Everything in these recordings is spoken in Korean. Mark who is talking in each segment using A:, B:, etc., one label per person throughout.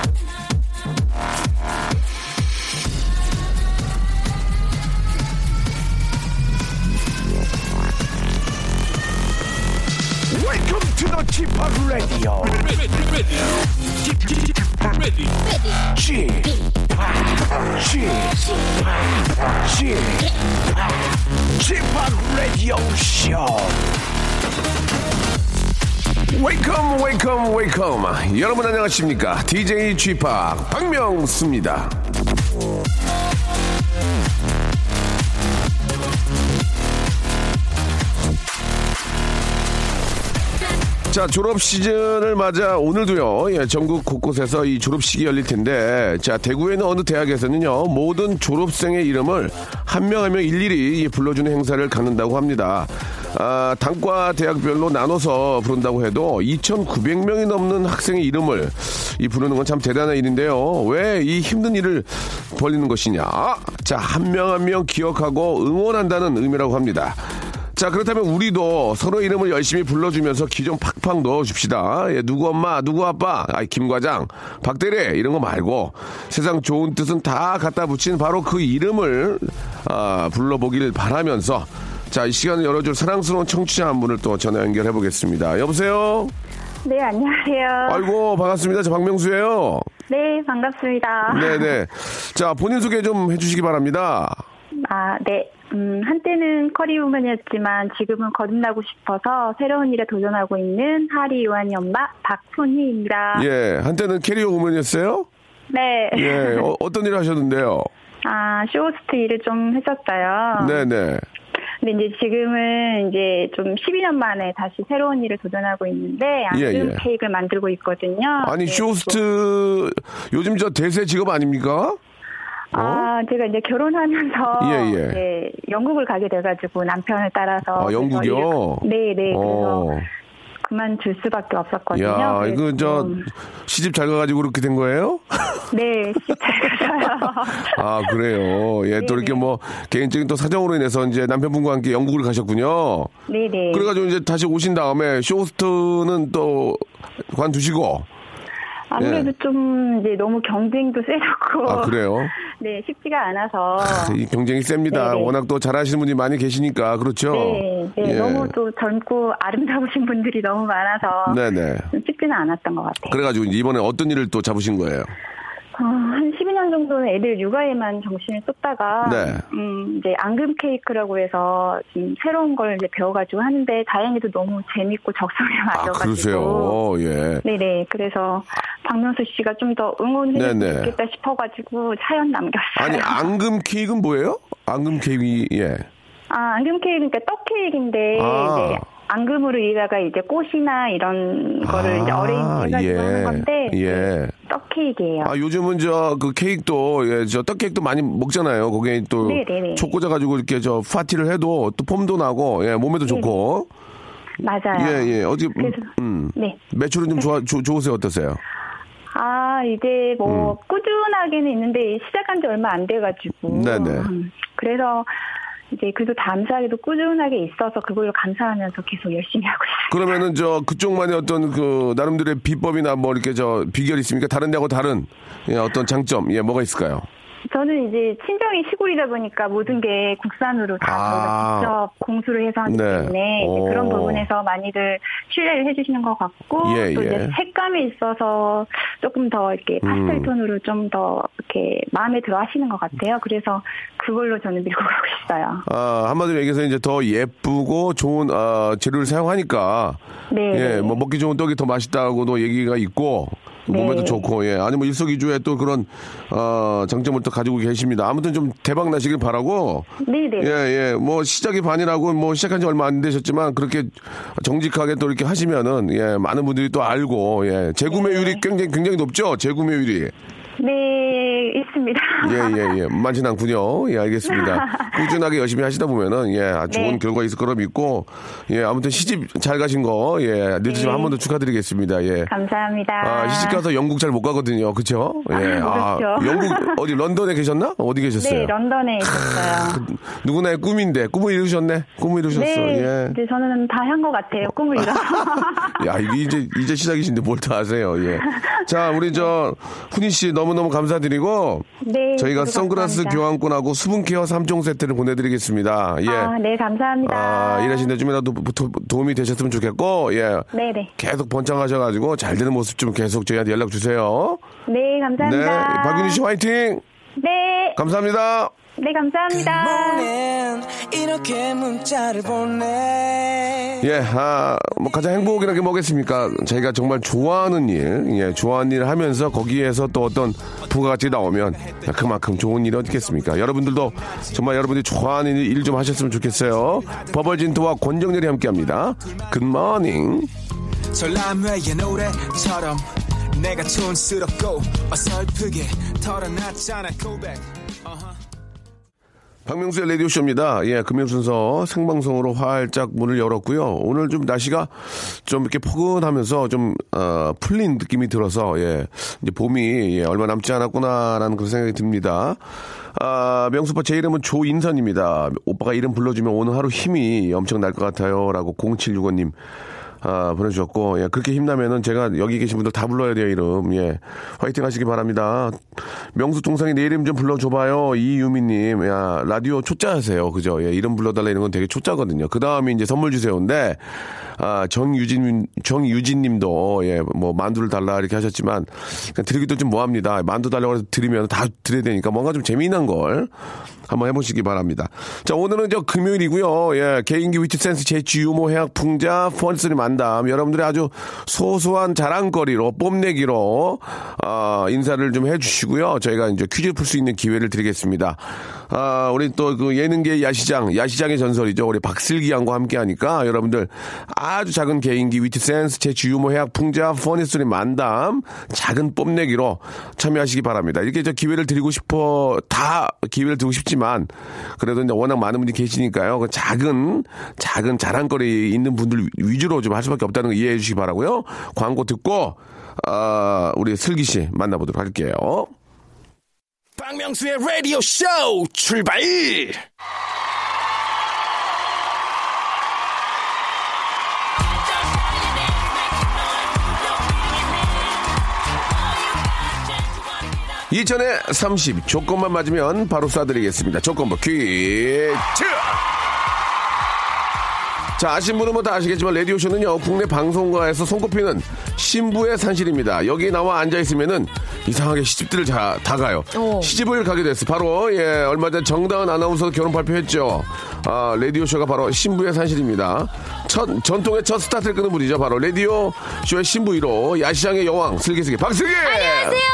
A: 네,
B: Welcome to the Chip Radio. Chip Chip Chip Radio Show. Welcome, welcome, welcome. 여러분 안녕하십니까? DJ Chip 박명수입니다. 자 졸업 시즌을 맞아 오늘도요 예, 전국 곳곳에서 이 졸업식이 열릴 텐데 자 대구에는 어느 대학에서는요 모든 졸업생의 이름을 한 명 한 명 일일이 이 불러주는 행사를 갖는다고 합니다 아 단과 대학별로 나눠서 부른다고 해도 2,900명이 넘는 학생의 이름을 이 부르는 건 참 대단한 일인데요 왜 이 힘든 일을 벌이는 것이냐 자 한 명 한 명 기억하고 응원한다는 의미라고 합니다. 자 그렇다면 우리도 서로 이름을 열심히 불러주면서 기 좀 팍팍 넣어줍시다. 예, 누구 엄마, 누구 아빠, 아이 김과장, 박대리 이런 거 말고 세상 좋은 뜻은 다 갖다 붙인 바로 그 이름을 아, 불러보길 바라면서 자 이 시간을 열어줄 사랑스러운 청취자 한 분을 또 전화 연결해 보겠습니다. 여보세요.
C: 네, 안녕하세요.
B: 아이고 반갑습니다. 저 박명수예요.
C: 네, 반갑습니다.
B: 네네. 자 본인 소개 좀 해주시기 바랍니다.
C: 아, 네. 음, 한때는 커리우먼이었지만 지금은 거듭나고 싶어서 새로운 일에 도전하고 있는 하리 요한이 엄마 박손희입니다.
B: 예 한때는 캐리어 우먼이었어요.
C: 네.
B: 예 어, 어떤 일을 하셨는데요.
C: 아, 쇼호스트 일을 좀 했었어요.
B: 네네.
C: 근데 이제 지금은 이제 좀 12년 만에 다시 새로운 일을 도전하고 있는데 앙금
B: 예, 예.
C: 케이크를 만들고 있거든요.
B: 아니
C: 네, 그렇죠.
B: 쇼호스트 요즘 저 대세 직업 아닙니까?
C: 아, 제가 이제 결혼하면서
B: 어? 예, 예.
C: 이제 영국을 가게 돼가지고 남편을 따라서
B: 아, 영국이요?
C: 네, 네. 그래서
B: 어.
C: 그만둘 수밖에 없었거든요.
B: 야,
C: 그래서
B: 이거 저
C: 좀-
B: 시집 잘 가가지고 그렇게 된 거예요?
C: 네, 잘 가서요.
B: 아 그래요. 예, 또
C: 네네.
B: 이렇게 뭐 개인적인 또 사정으로 인해서 이제 남편분과 함께 영국을 가셨군요.
C: 네, 네.
B: 그래가지고 이제 다시 오신 다음에 쇼호스트는 또 관두시고.
C: 아무래도
B: 예.
C: 좀 이제 너무 경쟁도 세졌고.
B: 아 그래요.
C: 네, 쉽지가 않아서.
B: 이 경쟁이 셉니다.
C: 네네.
B: 워낙 또 잘하시는 분이 많이 계시니까 그렇죠.
C: 네, 네,
B: 예.
C: 너무 또 젊고 아름다우신 분들이 너무 많아서
B: 네네.
C: 좀 쉽지는 않았던 것 같아요.
B: 그래가지고 이제 이번에 어떤 일을 또 잡으신 거예요?
C: 어, 한 12년 정도는 애들 육아에만 정신을 쏟다가
B: 네.
C: 음, 이제 앙금 케이크라고 해서 지금 새로운 걸 이제 배워가지고 하는데 다행히도 너무 재밌고 적성에
B: 아
C: 맞아가지고
B: 그러세요. 예.
C: 네네 그래서 박명수 씨가 좀 더 응원해
B: 네네.
C: 주겠다 싶어가지고 사연 남겼어요.
B: 아니 앙금 케이크는 뭐예요? 앙금 케이크 예.
C: 아, 앙금 케이크 그러니까 떡 케이크인데
B: 아.
C: 이제 앙금으로 이다가 이제 꽃이나 이런 거를 이제
B: 아,
C: 어레인지해가지고
B: 예.
C: 하는 건데 네.
B: 예.
C: 떡 케이크예요.
B: 아 요즘은 저 그 케이크도 예, 저 떡케이크도 많이 먹잖아요. 거기에 또
C: 네네네.
B: 초꽂아 가지고 이렇게 저 파티를 해도 또 폼도 나고 예, 몸에도 좋고.
C: 네, 맞아요.
B: 예, 예. 어떻게 음,
C: 그래서-
B: 음.
C: 네.
B: 매출은 좀 좋아 좋- 좋으세요? 어떠세요?
C: 아, 이제 뭐,
B: 음.
C: 꾸준하게는 있는데, 시작한 지 얼마 안 돼가지고.
B: 네네.
C: 음, 그래서, 이제 그래도 감사하게도 꾸준하게 있어서 그걸로 감사하면서 계속 열심히 하고 있어요.
B: 그러면은 저 그쪽만의 어떤 그 나름대로의 비법이나 뭐 이렇게 저 비결이 있습니까? 다른 데하고 다른 예, 어떤 장점 예, 뭐가 있을까요?
C: 저는 이제 친정이 시골이다 보니까 모든 게 국산으로 다
B: 아.
C: 저희가 직접 공수를 해서 하기
B: 네.
C: 때문에 이제
B: 오.
C: 그런 부분에서 많이들 신뢰를 해주시는 것 같고
B: 예,
C: 또
B: 예. 음.
C: 이제 색감에 있어서 조금 더 이렇게 파스텔 톤으로 좀 더 이렇게 마음에 들어 하시는 것 같아요. 그래서 그걸로 저는 밀고 가고 있어요.
B: 아, 한마디로 얘기해서 이제 더 예쁘고 좋은 아, 재료를 사용하니까
C: 네.
B: 예, 뭐 먹기 좋은 떡이 더 맛있다고도 얘기가 있고
C: 네.
B: 몸에도 좋고 예, 아니 뭐 일석이조의 또 그런 어, 장점을 또 가지고 계십니다. 아무튼 좀 대박 나시길 바라고
C: 네네.
B: 예, 예, 뭐 시작이 반이라고 뭐 시작한 지 얼마 안 되셨지만 그렇게 정직하게 또 이렇게 하시면은 예, 많은 분들이 또 알고 예, 재구매율이 굉장히 굉장히 높죠. 재구매율이
C: 네, 네, 있습니다.
B: 예, 예, 예. 많진 않군요. 예, 알겠습니다. 꾸준하게 열심히 하시다 보면은, 예, 아, 좋은
C: 네.
B: 결과 있을 거로 믿고, 예, 아무튼 시집 잘 가신 거, 예, 늦으시면
C: 네.
B: 한 번 더 축하드리겠습니다. 예.
C: 감사합니다.
B: 아, 시집가서 영국 잘 못 가거든요. 그쵸? 예.
C: 아, 그렇죠.
B: 영국, 어디 런던에 계셨나? 어디 계셨어요?
C: 네, 런던에 있었어요.
B: 누구나의 꿈인데, 꿈을 이루셨네? 꿈을 이루셨어.
C: 네,
B: 예. 어.
C: 이제 저는 다 한 것 같아요. 꿈을 이뤄.
B: 야, 이게 이제, 이제 시작이신데 뭘 다 아세요. 예. 자, 우리 저, 훈이 씨 너무너무 감사드리고,
C: 네,
B: 저희가
C: 저도
B: 선글라스
C: 감사합니다.
B: 교환권하고 수분 케어 3종 세트를 보내드리겠습니다. 예.
C: 아, 네, 감사합니다.
B: 아, 일하시는데 좀이라도 도, 움이 되셨으면 좋겠고, 예.
C: 네네.
B: 계속 번창하셔가지고 잘 되는 모습 좀 계속 저희한테 연락 주세요.
C: 네,
B: 네.
C: 감사합니다.
B: 박윤희 씨 화이팅!
C: 네,
B: 감사합니다.
C: 네, 감사합니다.
A: 네.
D: morning 이렇게 문자를 보내
B: 예, 아, 뭐 가장 행복이라는 게 뭐겠습니까? 자기가 정말 좋아하는 일, 예, 좋아하는 일을 하면서 거기에서 또 어떤 부가가치 나오면 그만큼 좋은 일이 어디겠습니까? 여러분들도 정말 여러분들이 좋아하는 일 좀 하셨으면 좋겠어요. 버벌진트와 권정렬이 함께 합니다. 굿모닝.
D: 설람회의 노래처럼 내가 촌스럽고 어설프게 털어놨잖아 고백 어허.
B: 박명수의 라디오쇼입니다. 예, 금요 순서 생방송으로 활짝 문을 열었고요. 오늘 좀 날씨가 좀 이렇게 포근하면서 좀, 어, 풀린 느낌이 들어서, 예, 이제 봄이, 예, 얼마 남지 않았구나라는 그런 생각이 듭니다. 아, 명수빠 제 이름은 조인선입니다. 오빠가 이름 불러주면 오늘 하루 힘이 엄청 날 것 같아요. 라고 0765님. 아, 보내주셨고, 예, 그렇게 힘나면은 제가 여기 계신 분들 다 불러야 돼요, 이름. 예. 화이팅 하시기 바랍니다. 명수 동상이 내 이름 좀 불러줘봐요. 이유미님. 야, 라디오 초짜 하세요. 그죠? 예, 이름 불러달라 이런 건 되게 초짜거든요. 그 다음에 이제 선물 주세요인데, 아, 정유진, 정유진 님도, 예, 뭐, 만두를 달라 이렇게 하셨지만, 그냥 드리기도 좀 뭐합니다. 만두 달라고 해서 드리면 다 드려야 되니까 뭔가 좀 재미난 걸 한번 해보시기 바랍니다. 자, 오늘은 저 금요일이고요. 예, 개인기 위트센스 재치 유모 해학 풍자 펀스리 만담 여러분들의 아주 소소한 자랑거리로 뽐내기로 아, 인사를 좀 해주시고요. 저희가 이제 퀴즈 풀 수 있는 기회를 드리겠습니다. 아, 우리 또 그 예능계 야시장, 야시장의 전설이죠. 우리 박슬기 양과 함께하니까 여러분들 아주 작은 개인기 위트센스 재치 유모 해학 풍자 펀스리 만담 작은 뽐내기로 참여하시기 바랍니다. 이렇게 저 기회를 드리고 싶어 다 기회를 드리고 싶지만 그래도 이제 워낙 많은 분이 계시니까요. 그 작은 작은 자랑거리 있는 분들 위주로 좀 할 수밖에 없다는 거 이해해 주시기 바라고요. 광고 듣고 아, 우리 슬기 씨 만나보도록 할게요.
D: 박명수의 라디오 쇼 출발
B: 이천에 30 조건만 맞으면 바로 쏴드리겠습니다. 조건부 퀴즈. 자, 아신 분은 뭐 다 아시겠지만 라디오쇼는요. 국내 방송가에서 손꼽히는 신부의 산실입니다. 여기 나와 앉아 있으면은 이상하게 시집들을 자, 다 가요.
E: 오.
B: 시집을 가게 됐어. 바로 예, 얼마 전 정다은 아나운서 결혼 발표했죠. 아, 라디오쇼가 바로 신부의 산실입니다. 첫 전통의 첫 스타트를 끄는 분이죠. 바로 라디오쇼의 신부 1호 야시장의 여왕 슬기슬기 박슬기. 안녕하세요.
A: 안녕하세요.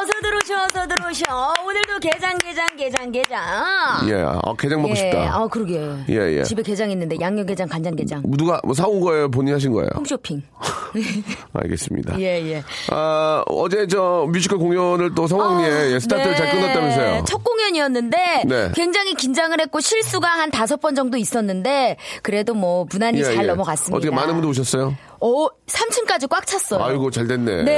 A: 어서 들어오셔, 어서 들어오셔. 오늘도 게장, 게장, 게장, 게장.
B: 예, 아, 게장 먹고 싶다.
A: 아, 그러게.
B: 예, 예.
A: 집에 게장 있는데 양념게장, 간장게장.
B: 누가 뭐 사온 거예요? 본인 이 하신 거예요?
A: 홈쇼핑.
B: 알겠습니다.
A: 음. 예, 예.
B: 아, 어제 저 뮤지컬 공연을 또 성황리에 예, 스타트를
A: 네.
B: 잘 끊었다면서요?
A: 첫 공연이었는데
B: 네.
A: 굉장히 긴장을 했고 실수가 한 다섯 번 정도 있었는데 그래도 뭐 무난히
B: 예,
A: 잘
B: 예.
A: 넘어갔습니다.
B: 어떻게 많은 분들 오셨어요?
A: 어, 3층까지 꽉 찼어요.
B: 아이고, 잘 됐네.
A: 네.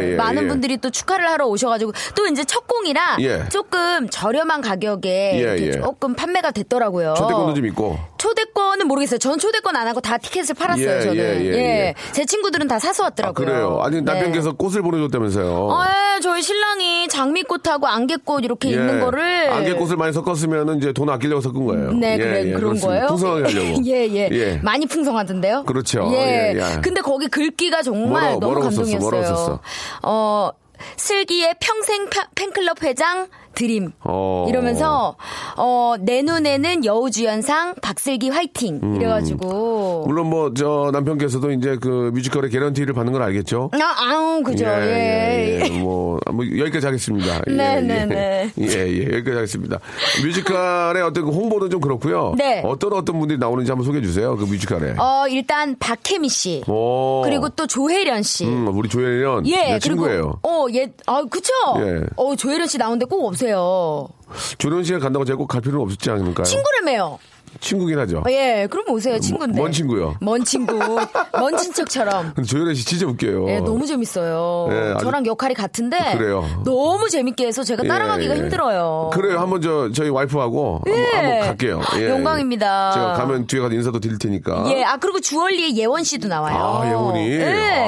B: 예, 예,
A: 많은
B: 예.
A: 분들이 또 축하를 하러 오셔가지고 또 이제 첫 공이라
B: 예.
A: 조금 저렴한 가격에
B: 예,
A: 이렇게
B: 예.
A: 조금 판매가 됐더라고요.
B: 초대권도 좀 있고.
A: 초대권은 모르겠어요. 전 초대권 안 하고 다 티켓을 팔았어요.
B: 예,
A: 저는.
B: 예, 예, 예.
A: 제 친구들은 다 사서
B: 아,
A: 왔더라고요. 네.
B: 그래요. 아니, 남편께서 꽃을 보내줬다면서요?
A: 어, 예, 저희 신랑이 장미꽃하고 안개꽃 이렇게
B: 예.
A: 있는 거를
B: 안개꽃을 많이 섞었으면 이제 돈 아끼려고 섞은 거예요.
A: 네, 그래, 그런
B: 그렇습니다.
A: 거예요.
B: 풍성하게 하려고.
A: 예, 예,
B: 예.
A: 많이 풍성하던데요.
B: 그렇죠.
A: 예.
B: 예, 예.
A: 근데 거기 글귀가 정말
B: 뭐라고,
A: 너무
B: 뭐라고 썼어,
A: 감동이었어요.
B: 뭐라고 썼어?
A: 어, 슬기의 평생 팬- 팬클럽 회장 드림.
B: 어.
A: 이러면서 어, 내 눈에는 여우주연상 박슬기 화이팅
B: 음.
A: 이래가지고
B: 물론 뭐 저 남편께서도 이제 그 뮤지컬의 개런티를 받는 걸 알겠죠.
A: 아, 아우 그죠 예,
B: 예, 예. 뭐, 아, 뭐 여기까지 하겠습니다. 예,
A: 네,
B: 예.
A: 네, 네.
B: 예, 예, 여기까지 하겠습니다. 뮤지컬의 어떤 그 홍보는 좀 그렇고요.
A: 네.
B: 어떤 어떤 분들이 나오는지 한번 소개해 주세요. 그 뮤지컬에.
A: 어 일단 박혜미 씨
B: 오.
A: 그리고 또 조혜련 씨
B: 어. 음, 우리 조혜련 내
A: 예,
B: 친구예요.
A: 그리고 어, 예, 아, 그쵸?
B: 예.
A: 어, 조혜련 씨 나오는데 꼭 오세요.
B: 조혜련 씨가 간다고 제가 꼭 갈 필요는 없었지 않을까요?
A: 친구를 매요.
B: 친구긴 하죠.
A: 어, 예, 그럼 오세요, 친구인데.
B: 먼 뭐, 친구요.
A: 먼 친구. 먼 친척처럼.
B: 근데 조혜련 씨 진짜 웃겨요.
A: 예, 너무 재밌어요.
B: 예, 아주-
A: 저랑 역할이 같은데.
B: 그래요.
A: 너무 재밌게 해서 제가 따라가기가
B: 예, 예.
A: 힘들어요.
B: 그래요. 한번 저 저희 와이프하고 한번, 한번 갈게요. 예.
A: 영광입니다.
B: 제가 가면 뒤에 가서 인사도 드릴 테니까.
A: 예, 아, 그리고 주얼리의 예원 씨도 나와요.
B: 아, 예원이.
A: 예,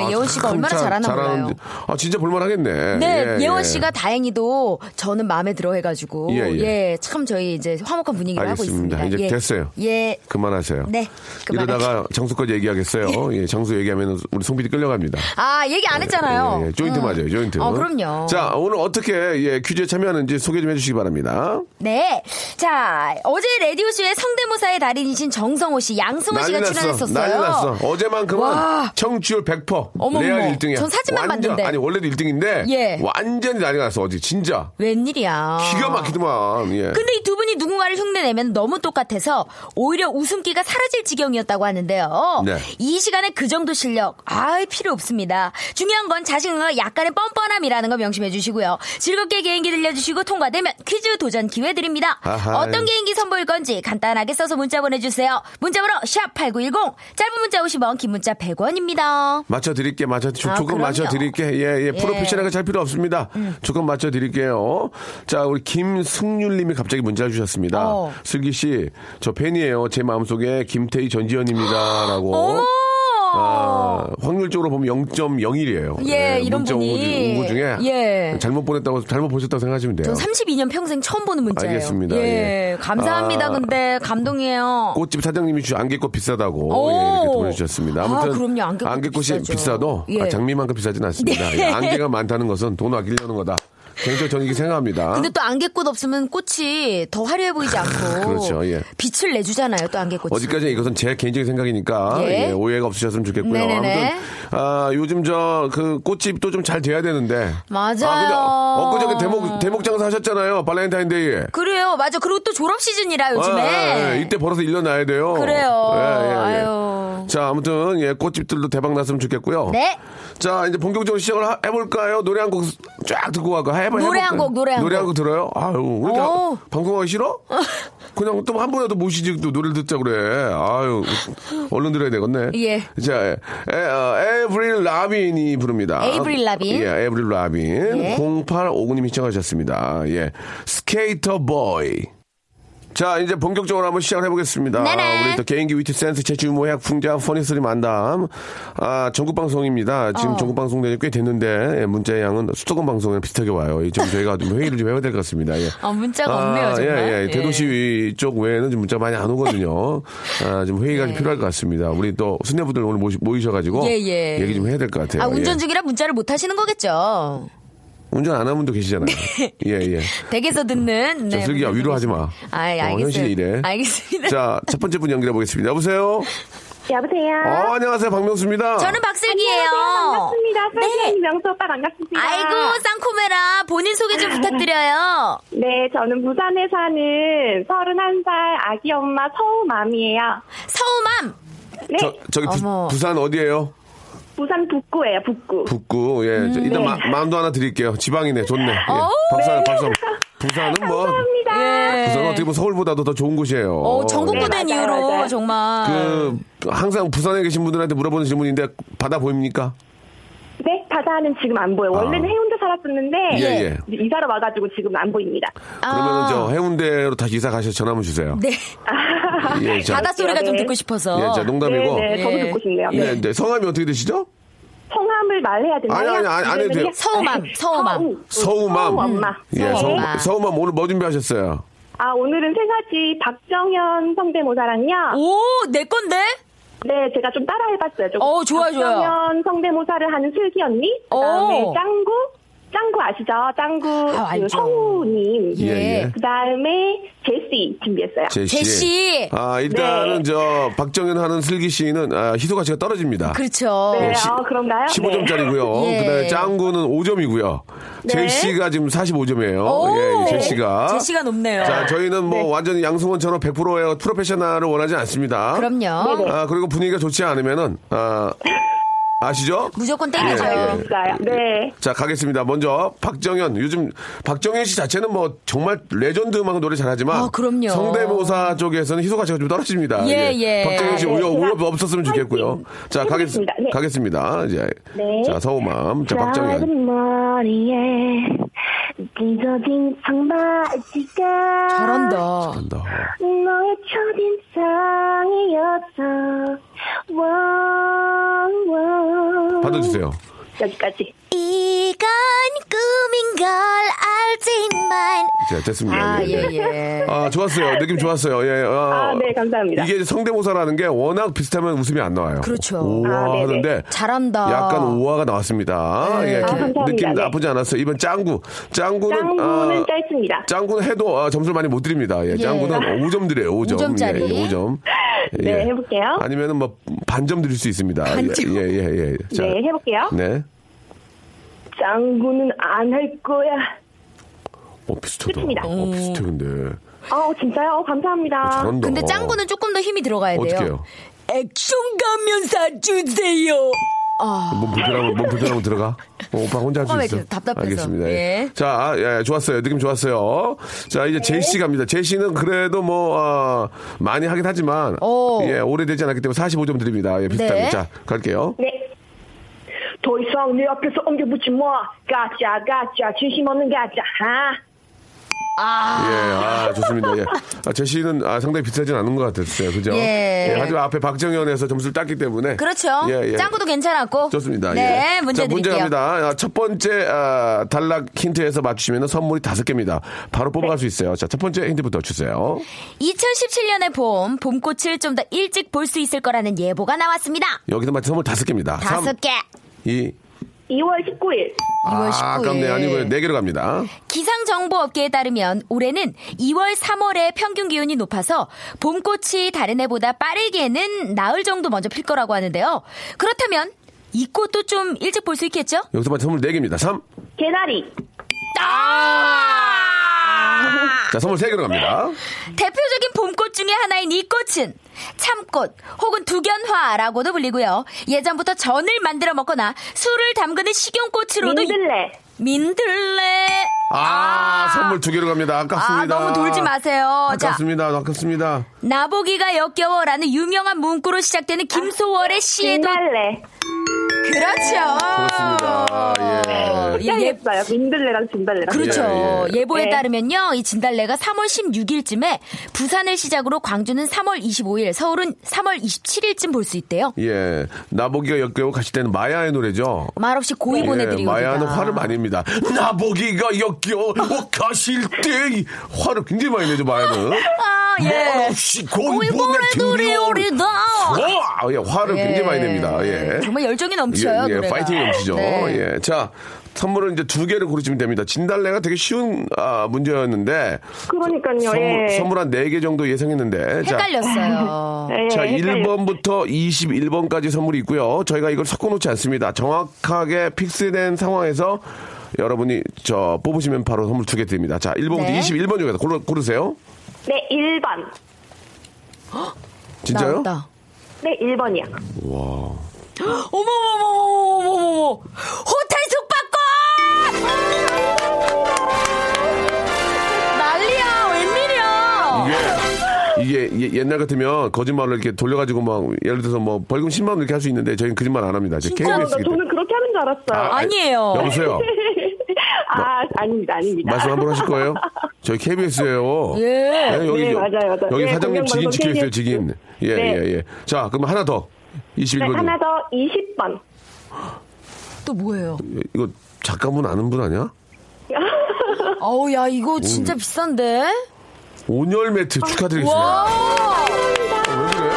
B: 아,
A: 예원 씨가
B: 참
A: 얼마나
B: 잘-
A: 잘하나
B: 잘하는데.
A: 몰라요.
B: 아, 진짜 볼만 하겠네.
A: 네, 예, 원 씨가 다행히도 저는 마음에 들어 해가지고
B: 예,
A: 예,
B: 예.
A: 참 저희 이제 화목한 분위기를
B: 알겠습니다.
A: 하고 있습니다.
B: 이제
A: 예.
B: 됐어요.
A: 예,
B: 그만하세요.
A: 네, 그만할게요.
B: 이러다가 장수까지 얘기하겠어요. 예, 장수 얘기하면 우리 송PD 끌려갑니다.
A: 아 얘기 안 했잖아요.
B: 예, 예, 조인트
A: 음.
B: 맞아요, 조인트.
A: 어, 그럼요.
B: 자, 오늘 어떻게 예, 퀴즈에 참여하는지 소개 좀 해주시기 바랍니다.
A: 네, 자 어제 라디오 쇼에 성대모사의 달인이신 정성호 씨, 양승호
B: 난리
A: 씨가
B: 났어.
A: 출연했었어요.
B: 난리 났어. 어제만큼은
A: 와.
B: 청취율 100%.
A: 어머머.
B: 레알 1등이야.
A: 전 사진만
B: 완전,
A: 봤는데.
B: 아니, 원래도 1등인데.
A: 예.
B: 완전히 난리 났어. 어제 진짜.
A: 웬일이야?
B: 기가 막히더만. 예.
A: 근데 이 두 분이 누군가를 흉내내면 너무 똑같아서 오히려 웃음기가 사라질 지경이었다고 하는데요.
B: 네.
A: 이 시간에 그 정도 실력, 아 필요 없습니다. 중요한 건 자신과 약간의 뻔뻔함이라는 거 명심해 주시고요. 즐겁게 개인기 들려주시고 통과되면 퀴즈 도전 기회 드립니다.
B: 아하.
A: 어떤 개인기 선보일 건지 간단하게 써서 문자 보내주세요. 문자번호 샵8910, 짧은 문자 50원, 긴 문자
B: 어?
A: 100원입니다.
B: 맞춰드릴게, 맞춰, 조,
A: 아,
B: 조금
A: 그럼요. 음.
B: 맞춰드릴게. 예, 예, 프로페셔널하게 잘 필요 없습니다. 조금 맞춰드릴게요. 자, 우리 김승률님이 갑자기 문자 주셨습니다.
A: 어.
B: 슬기씨, 저 팬이에요. 제 마음속에 김태희 전지현입니다. 라고.
A: 어머!
B: 아, 확률적으로 보면 0.01이에요.
A: 예, 이런
B: 문자
A: 분이.
B: 온거 중에
A: 예.
B: 잘못 보냈다고 잘못 보셨다고 생각하시면
A: 전
B: 돼요.
A: 32년 평생 처음 보는 문자예요.
B: 알겠습니다.
A: 예.
B: 예.
A: 감사합니다.
B: 아.
A: 근데 감동이에요.
B: 꽃집 사장님이 주 안개꽃 비싸다고
A: 오.
B: 예, 이렇게 또 보내주셨습니다.
A: 아,
B: 아무튼
A: 그럼요. 안개꽃
B: 안개꽃이
A: 비싸죠.
B: 비싸도
A: 예.
B: 아, 장미만큼 비싸진 않습니다.
A: 네.
B: 예, 안개가 많다는 것은 돈 아끼려는 거다. 굉장히 저는 이렇게 생각합니다.
A: 근데 또 안개꽃 없으면 꽃이 더 화려해 보이지 않고
B: 그렇죠, 예.
A: 빛을 내주잖아요. 또 안개꽃이.
B: 어디까지 이것은 제 개인적인 생각이니까
A: 예.
B: 예, 오해가 없으셨으면 좋겠고요.
A: 네네네.
B: 아무튼 아, 요즘 저 그 꽃집도 좀 잘 돼야 되는데.
A: 맞아요.
B: 아, 근데 엊그저께 대목 대목 장사 하셨잖아요. 발렌타인데이에.
A: 그래요. 맞아. 그리고 또 졸업 시즌이라 요즘에.
B: 아, 아, 아, 이때 벌어서 1년 나야 돼요.
A: 그래요.
B: 예, 예, 예.
A: 아유.
B: 자, 아무튼 예, 꽃집들도 대박 났으면 좋겠고요.
A: 네.
B: 자, 이제 본격적으로 시작을 해 볼까요? 노래 한 곡 쫙 듣고 가고 해 봐요.
A: 노래 한 곡, 노래 한
B: 노래
A: 곡.
B: 한 곡 들어요? 아유, 왜 이렇게
A: 오.
B: 방송하기 싫어? 그냥 또 한 번이라도 모시지 또 노래를 듣자 그래. 아유, 얼른 들어야 되겠네.
A: 에.
B: 자, 에, 어, 에브릴 라빈이 부릅니다.
A: 에이브릴 라빈.
B: 예, 에브릴 라빈.
A: 예.
B: 0859님이 시청하셨습니다. 예. 스케이터 보이. 자, 이제 본격적으로 한번 시작을 해보겠습니다.
A: 네네.
B: 우리 또 개인기 위트 센스 제주 모약 풍자 퍼니스리 만담. 아, 전국 방송입니다. 지금
A: 어.
B: 전국 방송된 지꽤 됐는데, 예, 문자의 양은 수도권 방송이랑 비슷하게 와요. 이 좀 저희가 좀 회의를 좀 해야 될 것 같습니다. 예.
A: 아, 문자가 없네요, 정말.
B: 예, 예.
A: 예.
B: 대도시 쪽 외에는 좀 문자 많이 안 오거든요. 아, 좀 회의가 좀 필요할 것 같습니다. 우리 또 수뇌부들 오늘 모시, 모이셔가지고.
A: 예, 예.
B: 얘기 좀 해야 될 것 같아요.
A: 아, 운전
B: 예.
A: 중이라 문자를 못 하시는 거겠죠.
B: 운전 안 하는 분도 계시잖아요.
A: 네.
B: 예, 예.
A: 댁에서 듣는.
B: 저 슬기야, 위로하지 마.
A: 네, 아이, 예,
B: 어,
A: 알겠어요.
B: 현실이 이래.
A: 알겠습니다.
B: 자, 첫 번째 분 연결해 보겠습니다. 여보세요?
C: 여보세요. 네,
B: 어, 안녕하세요. 박명수입니다.
A: 아. 저는 박슬기예요.
C: 반갑습니다.
A: 네.
C: 선생님 명수 오빠 반갑습니다.
A: 아이고, 쌍코메라. 본인 소개 좀 부탁드려요.
C: 네, 저는 부산에 사는 31살 아기 엄마 서우맘이에요.
A: 서우맘.
C: 네,
B: 저, 저기
A: 어머.
B: 부, 산 어디예요?
C: 부산 북구예요, 북구.
B: 북구. 예. 저 일단 마, 마음도 하나 드릴게요. 지방이네. 좋네. 예.
A: 네. 어우,
B: 박산, 박산. 부산은 뭐
C: 감사합니다.
A: 예.
B: 부산은 어떻게 보면 서울보다도 더 좋은 곳이에요.
A: 어, 전국구된
C: 네, 맞아요,
A: 이유로
C: 맞아요.
A: 정말.
B: 그 항상 부산에 계신 분들한테 물어보는 질문인데 바다 보입니까?
C: 네, 바다는 지금 안 보여요. 원래는 해운대 살았었는데
B: 아. 예, 예.
C: 이제 이사를 와가지고 지금 안 보입니다.
B: 그러면
A: 아.
B: 저 해운대로 다시 이사 가셔서 전화 한번 주세요.
A: 네.
B: 예, 자,
A: 바다 소리가 좀
C: 네.
A: 듣고 싶어서.
B: 예, 자 농담이고.
C: 네, 네, 저도
A: 예.
C: 듣고 싶네요. 네.
B: 네, 네. 성함이 어떻게 되시죠?
C: 성함을 말해야 되나요?
B: 아니,
C: 네.
B: 아니, 아니, 안 해도 돼요.
A: 서우맘, 서우맘.
B: 서우맘.
C: 엄마. 네.
B: 예,
A: 서우맘.
B: 서우맘. 서우맘 오늘 뭐 준비하셨어요?
C: 아, 오늘은 세 가지 박정현 성대모사랑요.
A: 오, 내 건데?
C: 네, 제가 좀 따라해봤어요. 좀
A: 어, 좋아요, 좋아요.
C: 박정현 성대모사를 하는 슬기 언니, 그다음에
A: 오.
C: 짱구, 짱구 아시죠? 짱구
A: 아, 알죠.
C: 그 성우님.
B: 예, 예.
C: 그다음에 제시 준비했어요.
B: 제시.
A: 제시.
B: 아, 일단은
C: 네.
B: 저 박정현 하는 슬기 씨는 아, 희소 가치가 떨어집니다.
A: 그렇죠.
C: 네,
B: 역시
C: 아, 그런가요?
B: 15점짜리고요. 어,
A: 예.
B: 그다음에 짱구는 5점이고요.
C: 네.
B: 제시가 지금 45점이에요.
A: 오.
B: 예, 제시가.
A: 제시가 높네요.
B: 자, 저희는 뭐 완전히 양승원처럼 100%의 프로페셔널을 원하지 않습니다.
A: 그럼요.
B: 아, 그리고 분위기가 좋지 않으면은 아 아시죠?
A: 무조건
B: 예,
C: 네.
A: 땡기죠.
C: 아, 알겠어요. 네.
B: 자, 가겠습니다. 먼저 박정현. 요즘 박정현 씨 자체는 뭐 정말 레전드만큼 노래 잘하지만
A: 아, 그럼요.
B: 성대모사 쪽에서는 희소 가치가 좀 떨어집니다.
A: 예, 예.
B: 박정현 씨
C: 아, 네.
B: 오히려 오히려
C: 제가
B: 없었으면 좋겠고요.
C: 파이팅
B: 자, 가겠,
C: 해보겠습니다. 네.
B: 가겠습니다. 이제
C: 네.
B: 자, 서우맘. 자, 박정현.
C: 작은 머리에 찢어진 청바지가
A: 잘한다.
C: 너의 첫인상이었어 원, 원.
B: 받아주세요.
C: 여기까지
A: 이건 꿈인 걸 알지만.
B: 자, 됐습니다.
A: 아,
B: 예,
A: 예,
B: 예.
A: 예.
B: 아, 좋았어요. 느낌 좋았어요. 예. 아,
C: 아, 네, 감사합니다.
B: 이게 이제 성대모사라는 게 워낙 비슷하면 웃음이 안 나와요.
A: 그렇죠.
B: 우와
C: 아, 네네.
B: 하는데
A: 잘한다.
B: 약간 우아가 나왔습니다.
A: 네.
B: 예,
A: 아,
C: 감사합니다.
B: 느낌
C: 네.
B: 나쁘지 않았어요. 이번 짱구. 짱구는
C: 짱구는
B: 아,
C: 짧습니다
B: 짱구는 해도 아, 점수를 많이 못 드립니다. 예, 짱구는 5점 드려요. 5점.
A: 오 점짜리.
B: 예, 예, 5점.
C: 네, 해볼게요.
B: 아니면은 뭐 반점 드릴 수 있습니다. 예, 예, 예. 예. 자,
C: 네 해볼게요
B: 네.
C: 짱구는 안 할 거야
B: 어, 비슷하다.
C: 끝입니다.
B: 어, 비슷해 근데.
C: 아 진짜요? 어, 감사합니다
B: 잘한다.
A: 근데 짱구는 조금 더 힘이 들어가야 돼요.
B: 어떻게 해요?
A: 액션 가면 사주세요.
B: 몸 불편하면 몸 불편하면 들어가. 어, 오빠 혼자 할 수
A: 왜
B: 있어.
A: 이렇게 그 답답해서.
B: 알겠습니다. 예.
A: 예. 네.
B: 자, 아, 예, 좋았어요. 느낌 좋았어요. 자, 이제 제시 갑니다. 제시는 그래도 뭐 아, 많이 하긴 하지만
A: 오.
B: 예, 오래되지 않았기 때문에 45점 드립니다. 예, 비슷하게.
A: 네.
B: 자, 갈게요.
C: 네. 더 이상 네 앞에서 엉겨붙지 마 가짜 가짜 진심 없는 가짜 하
A: 아.
B: 예, 아, 좋습니다. 예. 아, 제시는 아, 상당히 비슷하진 않은 것 같았어요. 그죠?
A: 예.
B: 하지만 앞에 박정현에서 점수를 땄기 때문에
A: 그렇죠.
B: 예, 예.
A: 짱구도 괜찮았고.
B: 좋습니다.
A: 네,
B: 예.
A: 문제
B: 자, 문제
A: 드릴게요.
B: 갑니다. 아, 첫 번째 아, 단락 힌트에서 맞추시면 선물이 다섯 개입니다.
A: 네.
B: 바로 뽑아갈 수 있어요. 자, 첫 번째 힌트부터 주세요.
A: 2017년의 봄, 봄꽃을 좀 더 일찍 볼 수 있을 거라는 예보가 나왔습니다.
B: 여기서 마치 선물 다섯 개입니다.
A: 다섯 개.
B: 2.
C: 2월 19일
B: 아,
A: 2월 19일.
B: 아깝네. 아니고요. 네 개로 갑니다.
A: 기상정보업계에 따르면 올해는 2월, 3월에 평균 기온이 높아서 봄꽃이 다른 해보다 빠르게는 나흘 정도 먼저 필 거라고 하는데요. 그렇다면 이 꽃도 좀 일찍 볼 수 있겠죠?
B: 여기서 마치 선물 네 개입니다. 3.
C: 개나리
B: 자, 선물 세 개로 갑니다.
A: 대표적인 봄꽃 중에 하나인 이 꽃은 참꽃 혹은 두견화라고도 불리고요. 예전부터 전을 만들어 먹거나 술을 담그는 식용꽃으로도 이-
C: 민들레
A: 민들레.
B: 아,
A: 아.
B: 선물 두 개로 갑니다.
A: 아,
B: 아깝습니다.
A: 너무 돌지 마세요. 자,
B: 아깝습니다. 아깝습니다.
A: 나보기가 역겨워라는 유명한 문구로 시작되는 김소월의 시에도
C: 민달레
A: 그렇죠.
B: 그렇습니다. 예.
A: 이 예-
C: 짱이었어요 민들레랑 진달래랑
A: 그렇죠.
B: 예,
A: 예, 보에
C: 네.
A: 따르면요, 이 진달래가 3월 16일쯤에 부산을 시작으로 광주는 3월 25일, 서울은 3월 27일쯤 볼 수 있대요.
B: 예. 나보기가 역겨워 가실 때는 마야의 노래죠.
A: 말없이 고이 보내드리고
B: 예, 마야는
A: 우리가.
B: 화를 많이 냅니다. 나보기가 역겨워 가실 때 화를 굉장히 많이 내죠, 마야는.
A: 아, 예.
B: 말없이
A: 고이
B: 고이 보내드리오리.
A: 보내드리오리다.
B: 와! 예, 화를
A: 예.
B: 굉장히 많이 냅니다. 예.
A: 정말 열정이 넘쳐요.
B: 예, 예,
A: 노래가.
B: 파이팅 넘치죠.
A: 네.
B: 예. 자, 선물은 이제 두 개를 고르시면 됩니다. 진달래가 되게 쉬운 아, 문제였는데
C: 그러니까요
B: 선물,
C: 예.
B: 선물 한 네 개 정도 예상했는데
A: 네, 헷갈렸어요.
C: 예,
B: 자, 자,
C: 헷갈려.
B: 1번부터 21번까지 선물이 있고요. 저희가 이걸 섞어 놓지 않습니다. 정확하게 픽스된 상황에서 여러분이 저 뽑으시면 바로 선물 두 개 드립니다. 자, 1번부터
A: 네.
B: 21번 중에서 고르, 고르세요.
C: 네 1번
B: 진짜요?
A: 나왔다.
C: 네 1번이요
A: 어머머머머머머머 호텔 숙박권 난리야 웬일이야
B: 이게, 이게 예- 옛날 같으면 거짓말을 이렇게 돌려가지고 막 예를 들어서 뭐 벌금 10만 원 이렇게 할 수 있는데 저희는 거짓말 안 합니다. 이제
A: 진짜로
B: KBS 이기 때문에.
C: 저는 그렇게 하는 줄 알았어요
B: 아,
A: 아니에요
B: 여보세요.
C: 아, 아닙니다, 아닙니다.
B: 말씀 한 번 하실 거예요? 저희 KBS예요.
A: 예.
B: 여기
C: 네, 맞아요, 맞아요.
B: 여기
C: 네,
B: 사장님 직인
C: 공영방송
B: 지키겠어요,
C: KBS.
B: 직인. 예,
C: 네.
B: 예, 예. 자, 그럼 하나 더.
C: 네,
B: 21번.
C: 하나 더 20번.
A: 또 뭐예요
B: 이거 작가분 아는 분 아니야?
A: 어우 야 이거 진짜 비싼데
B: 온열 매트 축하드리겠습니다. 아,
A: 와
B: 왜 그래?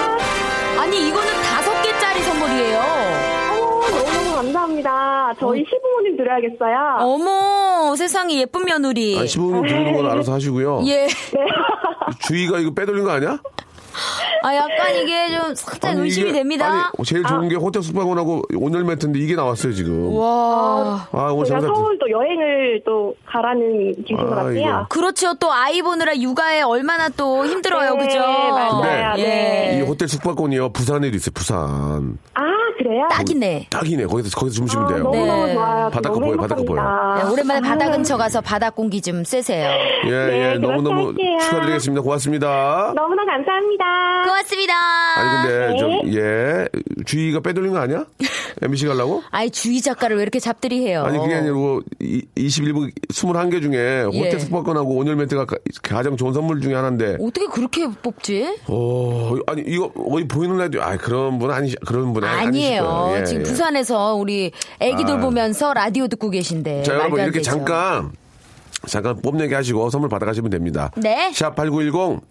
A: 아니 이거는 다섯 개짜리 선물이에요
C: 어, 너무너무 감사합니다. 아니라 저희 시부모님 들어야겠어요.
A: 어머, 세상에 예쁜 며느리.
B: 아, 15분 들는 건 알아서 하시고요.
A: 예.
B: 주희가 이거 빼돌린 거 아니야?
A: 아, 약간 이게 좀 살짝
B: 아니,
A: 의심이
B: 이게-
A: 됩니다.
B: 아니, 제일 좋은 게 호텔 숙박원하고 오늘 멘트인데 이게 나왔어요, 지금.
A: 와.
B: 아, 오늘
C: 제가
B: 장사.
C: 서울 또 여행을 또 가라는 주신 것
B: 아,
C: 같아요.
B: 이거.
A: 그렇죠. 또 아이 보느라 육아에 얼마나 또 힘들어요.
C: 네,
A: 그죠?
C: 맞아요.
B: 근데
C: 네.
B: 이 호텔 숙박권이요. 부산에도 있어요, 부산.
C: 아 그래요?
A: 딱이네.
B: 딱이네. 거기서, 거기서 주무시면
C: 아,
B: 돼요.
C: 너무 너무
A: 네.
C: 좋아요.
B: 바닷가
C: 너무
B: 보여요, 바닷가
C: 행복합니다.
A: 야, 네, 오랜만에 바다 근처 가서 바닷 공기 좀 쐬세요.
B: 예,
C: 네,
B: 예. 너무너무
C: 그렇게 할게요.
B: 축하드리겠습니다. 고맙습니다.
C: 너무나 감사합니다.
A: 고맙습니다.
B: 아니, 근데
C: 네.
B: 좀, 예. 주희가 빼돌린 거 아니야? MBC 가려고?
A: 아이, 주희 작가를 왜 이렇게 잡들이해요?
B: 아니 그게 아니고 이- 21부 21개 중에 호텔
A: 어. 예.
B: 숙박권하고 온열 멘트가 가- 가장 좋은 선물 중에 하나인데
A: 어떻게 그렇게 뽑지?
B: 어 아니 이거 어디 보이는 라디오 아 그런 분 아니 그런 분
A: 아니에요.
B: 아니, 아니실 네, 거예요. 예,
A: 지금
B: 예.
A: 부산에서 우리 애기들
B: 아.
A: 보면서 라디오 듣고 계신데.
B: 자
A: 네, 말도
B: 여러분
A: 안
B: 이렇게
A: 되죠.
B: 잠깐 잠깐 뽐내기 하시고 선물 받아가시면 됩니다.
A: 네.
B: 샵 8910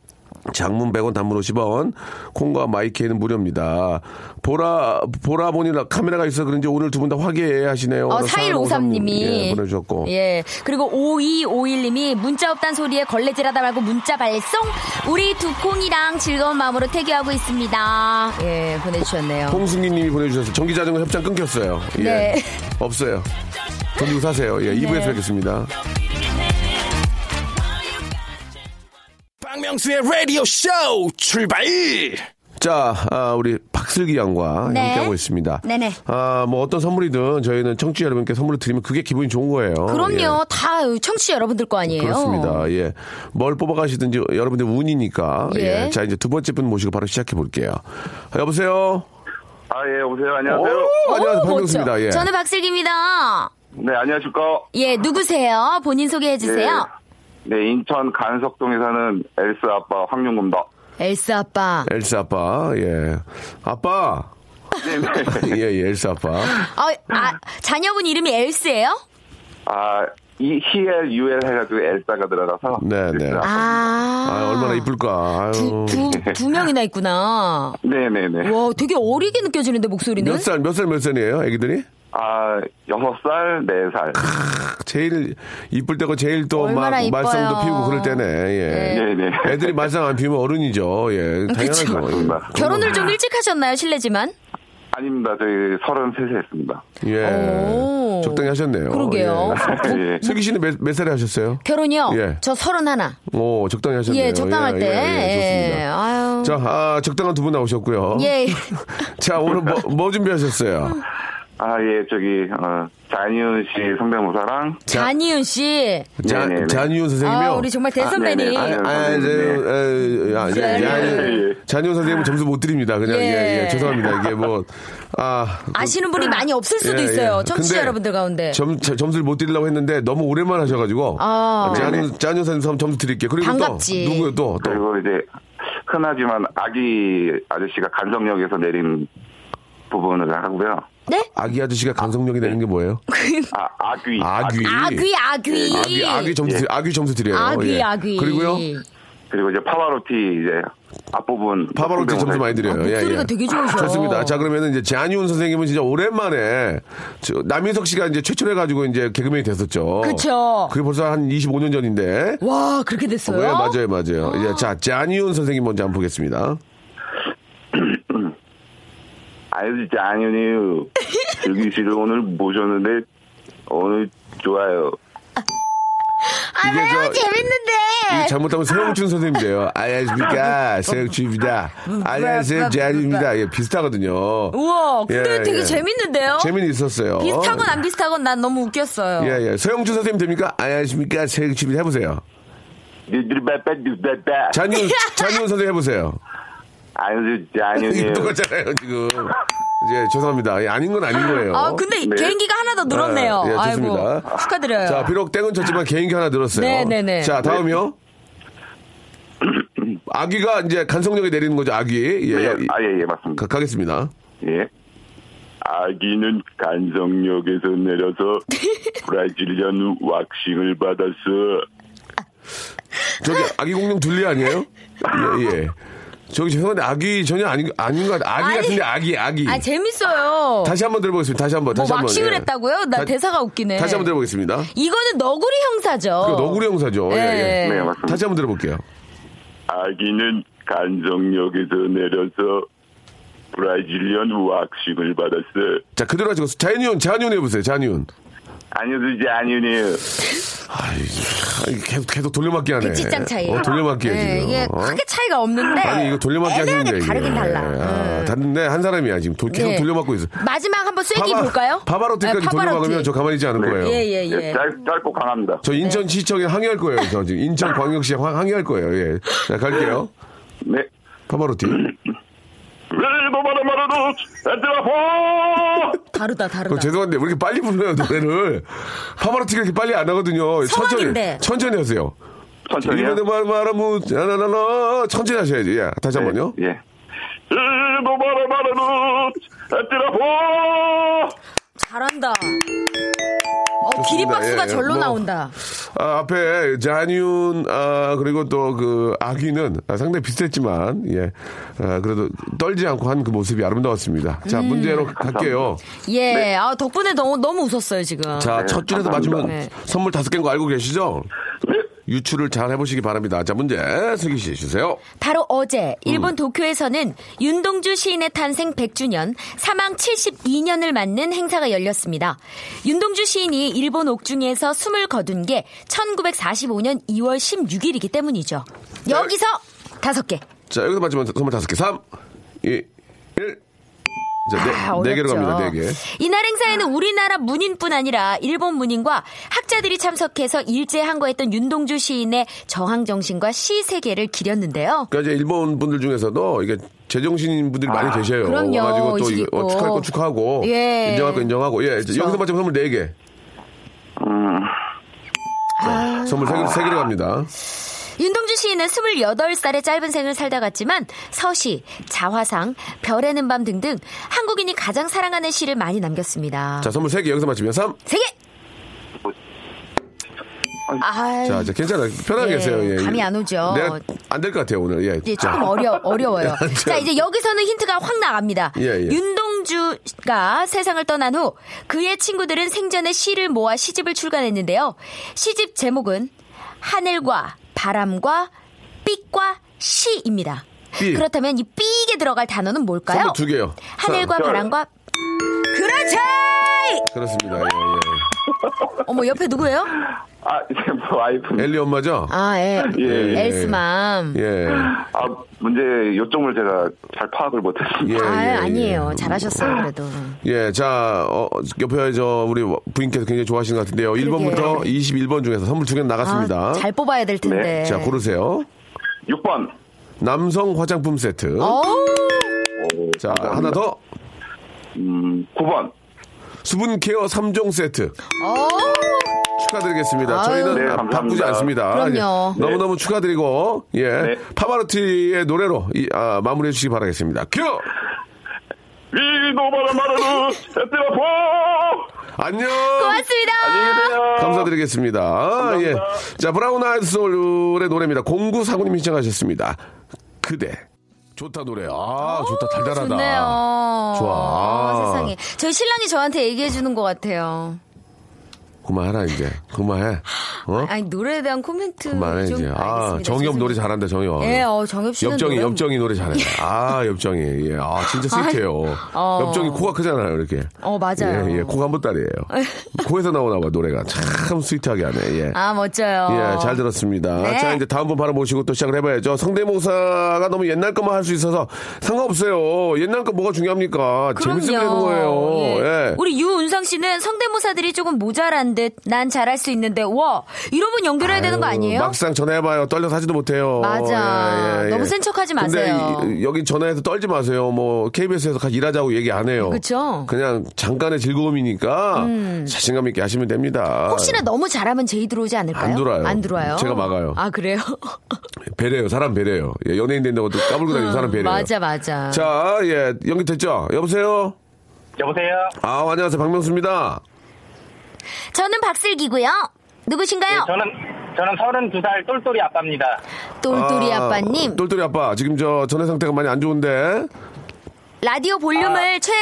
B: 장문 100원 단문 50원 콩과 마이키에는 무료입니다. 보라 보라 보니 카메라가 있어 그런지 오늘 두 분 다 화기애애하시네요.
A: 어,
B: 오늘
A: 4153님이.
B: 예, 보내주셨고
A: 예. 그리고 5251님이 문자 없단 소리에 걸레질하다 말고 문자 발송. 우리 두 콩이랑 즐거운 마음으로 태교하고 있습니다. 예, 보내주셨네요.
B: 홍승기님이 보내주셔서 전기자전거 협찬 끊겼어요. 예.
A: 네.
B: 없어요. 돈 주고 사세요. 예, 2부에서 뵙겠습니다.
D: 박명수의 라디오 쇼 출발
B: 자, 아, 우리 박슬기 양과
A: 네.
B: 함께하고 있습니다.
A: 네네.
B: 아, 뭐 어떤 선물이든 저희는 청취자 여러분께 선물을 드리면 그게 기분이 좋은 거예요.
A: 그럼요. 다 청취 자 여러분들 거
B: 예.
A: 아니에요?
B: 그렇습니다. 예. 뭘 뽑아가시든지 여러분들 운이니까.
A: 예.
B: 예. 자, 이제 두 번째 분 모시고 바로 시작해 볼게요. 아, 여보세요?
F: 아, 예, 여보세요. 안녕하세요.
B: 오, 안녕하세요.
A: 오,
B: 반갑습니다.
A: 멋져.
B: 예.
A: 어, 그렇죠. 저는 박슬기입니다.
F: 네, 안녕하십니까.
A: 예, 누구세요? 본인 소개해 주세요.
F: 예. 네, 인천 간석동에 사는 엘스 아빠 황윤금다.
B: 예.
A: 엘사 아빠.
B: 엘사 아빠. 예. 아빠.
F: 네, 네.
B: 예, 예, 엘사 아빠.
A: 어, 아, 자녀분 이름이 엘스예요?
F: 아, 이 ELUL 해가지고 그 엘사가 들어가서.
B: 네, 네.
F: 엘사.
A: 아.
B: 아, 얼마나 이쁠까.
A: 두,
B: 아유.
A: 두, 두 명이나 있구나.
F: 네, 네, 네.
A: 와, 되게 어리게 느껴지는데 목소리는.
B: 몇 살, 몇 살, 몇 살이에요, 애기들이?
F: 아, 여섯 살, 네 살.
B: 제일 이쁠 때고 제일 또
A: 얼마나
B: 막
A: 이뻐요.
B: 말썽도 피우고 그럴 때네. 예.
F: 네, 네.
B: 애들이 말썽 안 피우면 어른이죠. 예. 당연하죠.
A: 그쵸. 아,
B: 예.
A: 결혼을 좀 일찍 하셨나요? 실례지만.
F: 아닙니다. 저희 서른 세 했습니다.
B: 예.
A: 오.
B: 적당히 하셨네요.
A: 그러게요.
F: 예.
B: 어, 예. 슬기 씨는 몇, 몇 살에 하셨어요?
A: 결혼이요?
B: 예.
A: 저 서른 하나.
B: 오, 적당히 하셨네요.
A: 예, 적당할
B: 예,
A: 때.
B: 예,
A: 예,
B: 좋습니다.
A: 아유.
B: 자, 아, 적당한 두 분 나오셨고요.
A: 예.
B: 자, 오늘 뭐, 뭐 준비하셨어요?
F: 아, 예, 저기, 어, 잔이윤 씨 성대모사랑.
A: 잔이윤 씨.
B: 자,
F: 네, 네, 네.
B: 잔이윤 선생님이요.
A: 아, 우리 정말
F: 아,
A: 대선배님.
F: 네, 네.
B: 아, 저, 에, 아, 예,
A: 예,
B: 예,
F: 예,
B: 예.
F: 예.
B: 잔여 선생님은 점수 못 드립니다. 그냥, 예,
A: 예.
B: 예, 죄송합니다. 이게 뭐, 아. 그-
A: 아시는 분이 많이 없을 수도
B: 예,
A: 있어요.
B: 예.
A: 청취자
B: 근데
A: 여러분들 가운데.
B: 점, 저- 점수를 못 드리려고 했는데 너무 오랜만 하셔가지고.
A: 아.
B: 잔여, 잔여 선생님 점수 드릴게요. 그리고
A: 반갑지.
B: 또, 누구요, 또, 또.
F: 그리고 이제, 흔하지만 아기 아저씨가 간섭역에서 내린 부분을 하고요.
A: 네?
B: 아기 아저씨가 감성력이 되는 게 뭐예요?
F: 아, 아귀.
B: 예. 아귀.
A: 아귀, 아귀.
B: 아귀, 아귀 점수,
F: 예.
B: 드려, 아귀 점수 드려요.
A: 아귀,
B: 예.
A: 아귀.
B: 그리고요,
F: 그리고 이제 파바로티 이제 앞부분 뭐
B: 파바로티 점수 많이
A: 아,
B: 드려요. 예,
A: 목소리가
B: 예.
A: 되게 좋으셔.
B: 좋습니다. 자, 그러면은 이제 잔이온 선생님은 진짜 오랜만에 저 남인석 씨가 이제 최초로 해가지고 이제 개그맨이 됐었죠.
A: 그쵸.
B: 그게 벌써 한 25년 전인데.
A: 와, 그렇게 됐어요?
B: 예, 맞아요, 맞아요. 예, 자, 잔이온 선생님 먼저 한번 보겠습니다.
F: 아유 장윤이 즐기 씨를 오늘 모셨는데 오늘 좋아요
A: 아,
B: 이게
A: 왜요?
B: 저-
A: 재밌는데. 네.
B: 이게 잘못하면 세영준 선생님 돼요.
A: 아,
B: 안녕하십니까. 세영준입니다.
A: 네.
B: 안녕하세요, 잔입니다. 예, 비슷하거든요.
A: 우와, 근데
B: 예,
A: 되게
B: 예.
A: 재밌는데요?
B: 재미는 있었어요.
A: 비슷하건 안 비슷하건 난 너무 웃겼어요.
B: 예, 예. 서영준 선생님 됩니까? 안녕하십니까. 세영준입니다. 해보세요.
F: 니들 빼빼 니들 빼
A: 예.
B: 잔이온, 잔이온 선생님 해보세요.
F: 아유
B: 이게
F: 장윤이
B: 똑같잖아요 지금. 이제 죄송합니다. 예, 아닌 건 아닌 거예요.
A: 아, 근데
F: 네.
A: 개인기가 하나 더 늘었네요.
B: 아, 예,
A: 아이고.
B: 좋습니다.
A: 축하드려요.
B: 자, 비록 땡은 쳤지만 개인기 하나 늘었어요.
A: 네, 네, 네.
B: 자, 다음이요. 아기가 이제 간성력이 내리는 거죠. 아기. 예, 예.
F: 네,
B: 그-
F: 아예예 맞습니다
B: 가, 겠습니다
F: 예 아기는 간성역에서 내려서 브라질리안 왁싱을 받았어
B: 저기 아기 공룡 둘리 아니에요? 예, 예. 저기 죄송한데 아기 전혀 아닌 아닌 것 같아. 아기
A: 아니.
B: 같은데 아기 아기.
A: 아 재밌어요.
B: 다시 한번 들어보겠습니다. 다시 한번 다시
A: 뭐
B: 한번.
A: 막식을
B: 예.
A: 했다고요? 나
B: 다-
A: 대사가 웃기네.
B: 다시 한번 들어보겠습니다.
A: 이거는 너구리 형사죠.
B: 그 너구리 형사죠. 예, 예.
A: 네.
F: 네, 맞습니다.
B: 다시 한번 들어볼게요.
F: 아기는 간정역에서 내려서 브라질리언 왁싱을 받았어.
B: 자 그대로 하시고 자연윤 자연윤 해보세요. 자연윤.
F: 아니지 아니네요.
B: 아이 아이, 계속 계속 돌려막기 하네.
A: 백지장 차이.
B: 어, 돌려막기 해
A: 네,
B: 지금.
A: 이게
B: 어?
A: 크게 차이가 없는데.
B: 아니 이거 돌려막기
A: 애매하게
B: 하는데
A: 다르긴 달라.
B: 아,
A: 음.
B: 다른데 한 사람이야 지금 도- 계속
A: 네.
B: 돌려막고 있어.
A: 마지막 한번 쐐기
B: 파바-
A: 볼까요?
B: 파바로티까지
A: 네, 파바로티.
B: 돌려막으면 저 가만히 있지 않을 거예요.
A: 예, 예,
F: 예,
A: 예.
F: 짧, 짧고 강합니다.
A: 네.
B: 저 인천시청에 항의할 거예요. 저 지금
A: 아.
B: 인천광역시에 항- 항의할 거예요. 예. 자 갈게요.
F: 네.
B: 파바로티.
A: 음.
F: 르바바라 마라도 엔트라포
A: 다르다,
B: 그럼
A: 다르다.
B: 죄송한데 왜 이렇게 빨리 불러요 노래를? 파바로티가 이렇게 빨리 안 하거든요.
A: 성악인데.
B: 천천히 천천히 하세요.
F: 천천히요.
B: 이번에 말말하면 뭐, 나나나나 천천히 하셔야지. 예.
A: 네.
B: 다시 한 번요.
F: 예. 르바바라 마라도 엔트라포
A: 잘한다. 어,
B: 좋습니다.
A: 기립박수가
B: 예, 예.
A: 절로
B: 뭐.
A: 나온다.
B: 아, 앞에 잔윤 아 그리고 또 그 아귀는 아, 상당히 비슷했지만 예 아, 그래도 떨지 않고 한 그 모습이 아름다웠습니다. 자
A: 음.
B: 문제로 갈게요.
A: 예, 아, 덕분에 너무, 너무 웃었어요, 지금.
B: 네. 자 첫 줄에서 맞으면
A: 아, 네.
B: 선물 다섯 개인 거 알고 계시죠? 유출을 잘 해보시기 바랍니다. 자 문제 슬기 씨 주세요.
A: 바로 어제 일본
B: 음.
A: 도쿄에서는 윤동주 시인의 탄생 100주년, 사망 72년을 맞는 행사가 열렸습니다. 윤동주 시인이 일본 옥중에서 숨을 거둔 게 1945년 2월 16일이기 때문이죠.
B: 네.
A: 여기서 다섯 개.
B: 자 여기서 맞으면 선물 다섯 개. 3, 2, 1. 자, 네,
A: 아,
B: 네 개로
A: 어렵죠.
B: 갑니다. 네 개.
A: 이날 행사에는 우리나라 문인뿐 아니라 일본 문인과 학자들이 참석해서 일제 항거했던 윤동주 시인의 저항 정신과 시 세계를 기렸는데요.
B: 그러니까 이제 일본 분들 중에서도 이게 제정신인 분들이 많이 계셔요.
A: 아, 그럼요.
B: 와가지고 또
A: 의식
B: 이거
A: 있고.
B: 축하할 거 축하하고
A: 예.
B: 인정할 거 인정하고 예 이제 여기서 맞으면 선물 4 개. 선물 3개, 세개로 갑니다.
A: 윤동주 시인은 28살의 짧은 생을 살다 갔지만 서시, 자화상, 별에는 밤 등등 한국인이 가장 사랑하는 시를 많이 남겼습니다.
B: 자, 선물 3개 여기서 맞히면 3.
A: 세 개. 아,
B: 자, 이제 괜찮아요. 편하게
A: 예,
B: 하세요. 예.
A: 감이 안 오죠.
B: 내가 안 될 것 같아요, 오늘. 예.
A: 예,
B: 자.
A: 조금 어려, 어려워요.
B: 참.
A: 자, 이제 여기서는 힌트가 확 나갑니다.
B: 예, 예.
A: 윤동주가 세상을 떠난 후 그의 친구들은 생전에 시를 모아 시집을 출간했는데요. 시집 제목은 하늘과 바람과 빛과 시입니다.
B: 삐.
A: 그렇다면 이 삐에 들어갈 단어는 뭘까요?
B: 선물 두 개요.
A: 하늘과
F: 자,
A: 바람과 그렇지!
B: 그렇습니다. 예, 예.
A: 어머, 옆에 누구예요?
F: 아, 이제 뭐 와이프.
B: 예. 엘리 엄마죠?
A: 아, 예.
F: 예, 예.
A: 엘스맘.
B: 예.
F: 아, 문제 요점을 제가 잘 파악을 못했습니다.
B: 예,
A: 아,
B: 예, 예.
A: 아니에요. 잘하셨어요, 그래도.
B: 예, 자, 어, 옆에 저 우리 부인께서 굉장히 좋아하시는 것 같은데요. 1번부터 21번 중에서 선물 두 개 나갔습니다.
A: 아, 잘 뽑아야 될 텐데.
F: 네.
B: 자, 고르세요.
F: 6번.
B: 남성 화장품 세트.
A: 어우,
B: 자, 하나 더.
F: 음, 9번.
B: 수분 케어 3종 세트.
A: 어우.
B: 축하드리겠습니다.
A: 아유.
B: 저희는
F: 네,
B: 바-
F: 감사합니다.
B: 바쁘지 않습니다.
A: 그럼요.
B: 예, 너무너무 축하드리고, 예.
F: 네.
B: 파바로티의 노래로 이- 아, 마무리해 주시기 바라겠습니다. 큐!
F: 위도바라 마라도 엔트라포!
B: 안녕!
A: 고맙습니다.
F: 안녕히 계세요.
B: 감사드리겠습니다. 예. 자, 브라운 아이드 소울의 노래입니다. 0949님이 신청하셨습니다. 그대. 좋다, 노래. 아, 좋다. 달달하다.
A: 좋네요.
B: 좋아.
A: 어, 세상에. 저희 신랑이 저한테 얘기해 주는 것 같아요.
B: 그만하라, 이제. 그만해. 어?
A: 아니, 노래에 대한 코멘트.
B: 그만해,
A: 좀
B: 이제. 아,
A: 알겠습니다.
B: 정엽
A: 죄송해요.
B: 노래 잘한다, 정엽.
A: 예, 어, 정엽 씨는.
B: 엽정이,
A: 노래-
B: 엽정이 노래 잘해. 아, 엽정이. 예, 아, 진짜 스윗해요.
A: 어.
B: 엽정이 코가 크잖아요, 이렇게.
A: 어, 맞아요.
B: 예, 예, 코가 한 번따리예요 코에서 나오나 봐, 노래가. 참 스윗하게 하네, 예.
A: 아, 멋져요.
B: 예, 잘 들었습니다.
A: 네.
B: 자, 이제 다음 분 바로 모시고 또 시작을 해봐야죠. 성대모사가 너무 옛날 것만 할 수 있어서 상관없어요. 옛날 거 뭐가 중요합니까? 재밌으면 되는 거예요. 예.
A: 우리 유은상 씨는 성대모사들이 조금 모자란 듯 난 잘할 수 있는데 와 이러면 연결해야 되는 거
B: 아유,
A: 아니에요?
B: 막상 전화해봐요. 떨려서 하지도 못해요. 예,
A: 맞아. 너무 센 척하지 마세요.
B: 근데 이- 여기 전화해서 떨지 마세요. 뭐 KBS에서 같이 일하자고 얘기 안 해요.
A: 그쵸? 음.
B: 그냥 잠깐의 즐거움이니까 자신감 있게 하시면 됩니다.
A: 혹시나 너무 잘하면 제이 들어오지 않을까요?
B: 안 들어와요.
A: 안 들어와요.
B: 제가 막아요.
A: 아 그래요?
B: 배려요. 사람 배려요. 예, 연예인 된다고 또 까불고 다니는 사람 배려요.
A: 맞아 맞아.
B: 자, 예, 연기 됐죠? 여보세요?
G: 여보세요?
B: 아, 안녕하세요. 박명수입니다.
A: 저는 박슬기고요. 누구신가요?
G: 네, 저는 저는 32살 똘똘이 아빠입니다.
A: 똘똘이
B: 아,
A: 아, 빠님
B: 똘똘이 아빠. 지금 저 전해 상태가 많이 안 좋은데.
A: 라디오
G: 아.
A: 볼륨을 최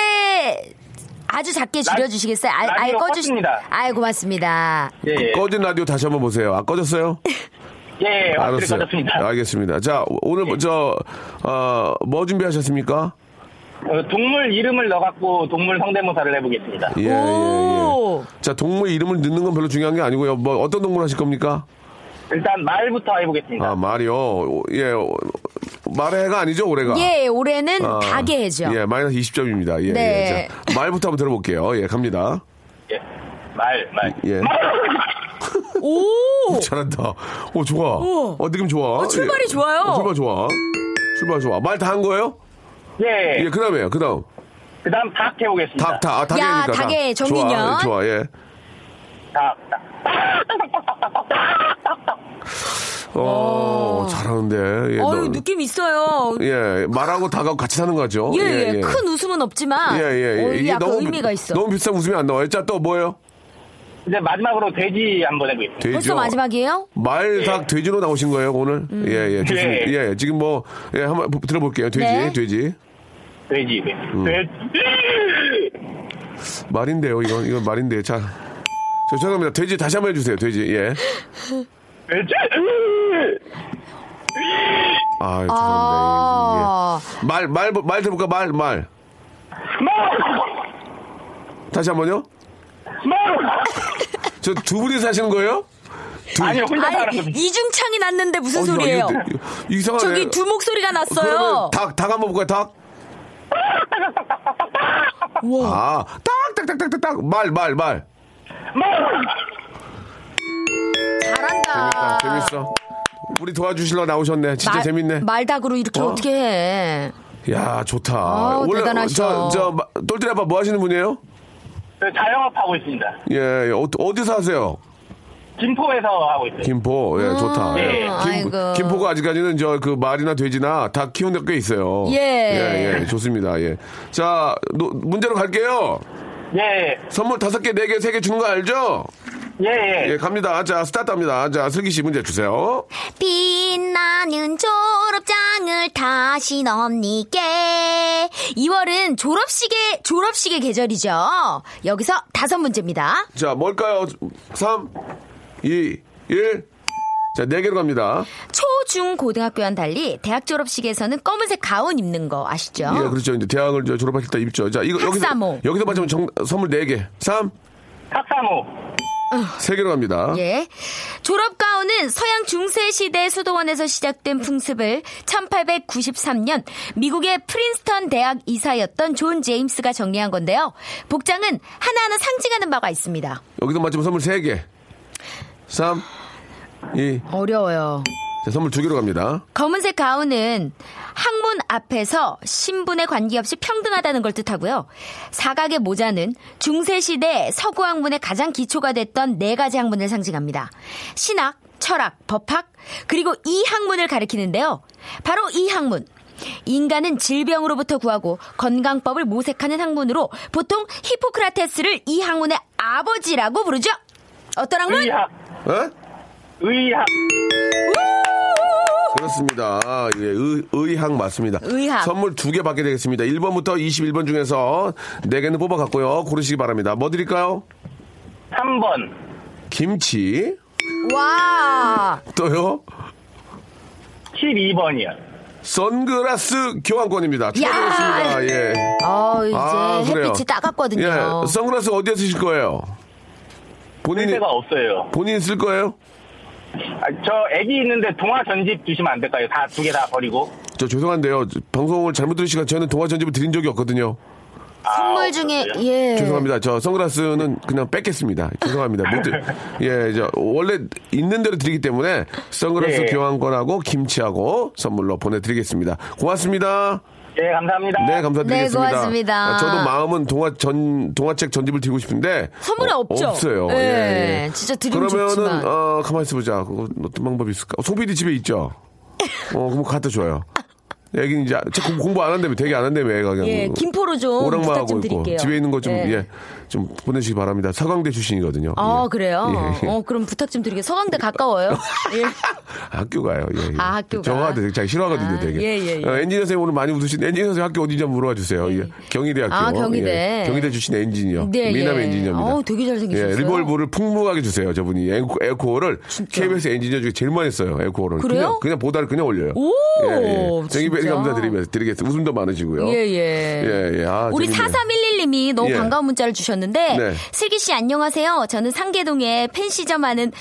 A: 아주 작게 줄여주시겠어요? 아, 아예
G: 라디오
A: 꺼주시.
G: 껐습니다.
A: 아예 고맙습니다.
G: 예, 예.
B: 꺼진 라디오 다시 한번 보세요. 아, 꺼졌어요?
G: 예, 예, 확실히
B: 아,
G: 꺼졌습니다. 예.
B: 알겠습니다. 자, 오늘 저, 어, 뭐 준비하셨습니까?
G: 어, 동물 이름을 넣어갖고 동물 성대모사를 해보겠습니다.
B: 예, 예, 예.
A: 오.
B: 자, 동물 이름을 넣는 건 별로 중요한 게 아니고요. 뭐, 어떤 동물 하실 겁니까?
G: 일단 말부터 해보겠습니다.
B: 아, 말이요. 오, 예, 오, 말의 해가 아니죠, 올해가?
A: 예, 올해는
B: 아,
A: 닭의 해죠.
B: 예, 마이너스 20점입니다. 예,
A: 네.
B: 예. 자, 말부터 한번 들어볼게요. 예, 갑니다.
G: 예. 말, 말.
B: 예.
A: 오.
B: 잘한다. 오, 좋아. 어, 느낌 좋아.
A: 출발이
B: 예.
A: 좋아요.
B: 어, 출발 좋아. 출발 좋아. 말 다 한 거예요?
G: 예.
F: 네.
B: 예, 그 다음에요. 그 다음.
G: 그 다음 닭 해보겠습니다.
B: 닭, 닭. 아, 닭이니까.
A: 야,
B: 닭.
A: 닭의 정민연.
B: 좋아, 좋아, 예.
G: 닭, 닭.
B: 어, 잘하는데. 예,
A: 어유
B: 너-
A: 느낌 있어요.
B: 예, 말하고 닭하고 같이 사는 거죠.
A: 예, 예, 큰 웃음은 없지만
B: 예, 예, 예.
A: 어, 약간
B: 비-
A: 의미가 있어.
B: 너무 비싼 웃음이 안 나와요. 자, 또 뭐예요?
G: 이제 마지막으로 돼지 한번 해보겠습니다.
B: 돼지.
A: 벌써 마지막이에요? 음.
B: 말, 닭, 돼지로 나오신 거예요, 오늘? 예, 예. 좋습니다.
G: 예.
B: 예, 지금 뭐, 예, 한번 보- 들어볼게요. 돼지,
A: 네.
B: 돼지.
G: 돼지, 돼지. 돼지.
B: 말인데요, 이건, 이건 말인데. 자. 저, 죄송합니다. 돼지 다시 한번 해주세요, 돼지. 예.
G: 돼지.
B: 아, 죄송합니다.
A: 아.
B: 예, 예. 말, 말, 말 들어볼까? 말, 말.
G: 말,
B: 다시 한 번요?
G: 말.
B: 저 두 분이 사시는 거예요? 두,
G: 아니, 혼자 사는
A: 아니,
G: 겁니다.
A: 이중창이 났는데 무슨
B: 어, 이거-
A: 소리예요?
B: 이거- 이상하네.
A: 저기 두 목소리가
B: 그러면
A: 났어요.
B: 닭, 닭 한번 볼까요, 닭? 아, 딱, 딱, 딱, 딱, 딱, 딱. 말, 말, 말.
G: 말.
A: 잘한다.
B: 재밌어. 우리 도와주실러 나오셨네. 진짜
A: 아. 말-
B: 재밌네.
A: 말닭으로 이렇게
B: 어?
A: 어? 떻게 해?
B: 야, 좋다.
A: 아우,
B: 저,
A: 대단하셔.
B: 저, 마- 똘똘이 아빠 뭐 하시는 분이에요?
G: 저 네, 자영업 하고 있습니다.
B: 예, 예. 어, 어디서 하세요?
G: 김포에서 하고
F: 네.
G: 있어요.
B: 김포. 예, 좋다. 예.
A: 아, 네. 아이고.
B: 김, 포가 아직까지는 저 그 말이나 돼지나 다 키우는 데꽤 있어요.
A: 예.
B: 예, 예, 좋습니다. 예. 자, 노- 문제로 갈게요.
G: 예,
B: 선물 다섯 개, 네 개, 세 개 주는 거 알죠?
G: 예,
F: 네.
G: 예.
B: 예, 갑니다. 자, 스타트 합니다. 자, 슬기 씨 문제 주세요.
A: 빛나는 졸업장을 다시 넘니께. 2월은 졸업식의 졸업식의 계절이죠. 여기서 다섯 문제입니다.
B: 자, 뭘까요? 3, 2, 1. 자, 네 개로 갑니다.
A: 초, 중, 고등학교와는 달리 대학 졸업식에서는 검은색 가운 입는 거 아시죠?
B: 예, 그렇죠. 이제 대학을 이제 졸업하실 때 입죠. 자, 이거 여기서
A: 학사모.
B: 여기서 맞으면 정, 선물 네 개. 3,
G: 탁사모.
B: 세 개로 갑니다.
A: 예. 졸업 가운은 서양 중세 시대 수도원에서 시작된 풍습을 1893년 미국의 프린스턴 대학 이사였던 존 제임스가 정리한 건데요. 복장은 하나하나 상징하는 바가 있습니다.
B: 여기서 맞으면 선물 세 개. 3, 2.
A: 어려워요.
B: 자, 선물 두 개로 갑니다.
A: 검은색 가운은 학문 앞에서 신분에 관계없이 평등하다는 걸 뜻하고요. 사각의 모자는 중세시대 서구 학문의 가장 기초가 됐던 네 가지 학문을 상징합니다. 신학, 철학, 법학, 그리고 이 학문을 가리키는데요. 바로 이 학문. 인간은 질병으로부터 구하고 건강법을 모색하는 학문으로 보통 히포크라테스를 이 학문의 아버지라고 부르죠. 어떤 학문?
G: 의학,
B: 예?
G: 의학.
B: 그렇습니다. 아, 예, 의, 학 맞습니다.
A: 의학.
B: 선물 두 개 받게 되겠습니다. 1번부터 21번 중에서 네개는 뽑아갔고요. 고르시기 바랍니다. 뭐 드릴까요?
G: 3번.
B: 김치.
A: 와.
B: 또요?
G: 12번이요.
B: 선글라스 교환권입니다. 축하드리겠습니다. 예.
A: 어, 이제
B: 아, 그래요.
A: 햇빛이 따갑거든요.
B: 예. 선글라스 어디에 쓰실 거예요? 본인이,
G: 쓸데가 없어요.
B: 본인이 쓸 거예요?
G: 아, 저 애기 있는데 동화 전집 주시면 안 될까요? 다 두 개 다 버리고.
B: 저 죄송한데요. 방송을 잘못 들으시니까 저는 동화 전집을 드린 적이 없거든요.
G: 아,
F: 아,
A: 선물 중에 예.
B: 죄송합니다. 저 선글라스는 그냥 뺏겠습니다. 죄송합니다. 못 드- 예, 저 원래 있는 대로 드리기 때문에 선글라스
G: 예.
B: 교환권하고 김치하고 선물로 보내드리겠습니다. 고맙습니다.
G: 예, 감사합니다.
B: 네, 감사드리겠습니다.
A: 네, 고맙습니다.
B: 아, 저도 마음은 동화 전 동화책 전집을 드리고 싶은데
A: 선물이 없죠?
B: 없어요.
A: 예,
B: 예, 예.
A: 진짜 드리면
B: 그러면은
A: 좋지만.
B: 어, 가만히 있어보자. 그거 어떤 방법이 있을까? 송PD 집에 있죠. 어, 그럼 갖다 줘요. 애기 이제 공- 공부 안 한다며, 되게 안 한다며, 애가 그냥.
A: 예, 김포로 좀
B: 오락만
A: 부탁
B: 하고
A: 좀
B: 있고
A: 드릴게요.
B: 집에 있는 거 좀
A: 예.
B: 예. 좀 보내주시기 바랍니다. 서강대 출신이거든요.
A: 아,
B: 예.
A: 그래요?
B: 예, 그러니까. 예.
A: 어, 그럼 부탁 좀 드리게. 서강대 가까워요? 예.
B: 학교가요. 예, 예.
A: 아, 학교가.
B: 저거 되게 잘 싫어하거든요,
A: 아,
B: 되게.
A: 예, 예, 예.
B: 어, 엔지니어 선생님 오늘 많이 웃으신 엔지니어 선생님 학교 어디인지 한번 물어봐 주세요. 예. 경희대학교.
A: 아, 경희대.
B: 예. 경희대 출신 엔지니어.
A: 네,
B: 미남
A: 예.
B: 엔지니어입니다.
A: 어우, 되게 잘생기셨어요.
B: 예, 리볼브를 풍부하게 주세요, 저분이. 에코, 에코어를
A: 진짜.
B: KBS 엔지니어 중에 제일 많이 써요, 에코어를.
A: 그래요?
B: 그냥, 그냥 보다를 그냥 올려요.
A: 오,
B: 예, 예. 정희배
A: 진짜.
B: 감사드리면서 드리겠습니다. 웃음도 많으시고요.
A: 예, 예.
B: 예, 예. 아,
A: 우리
B: 재밌네요.
A: 4311님이 너무
B: 예.
A: 반가운 문자를 주셨는데
B: 네.
A: 슬기 씨 안녕하세요. 저는 상계동에 팬시점 하는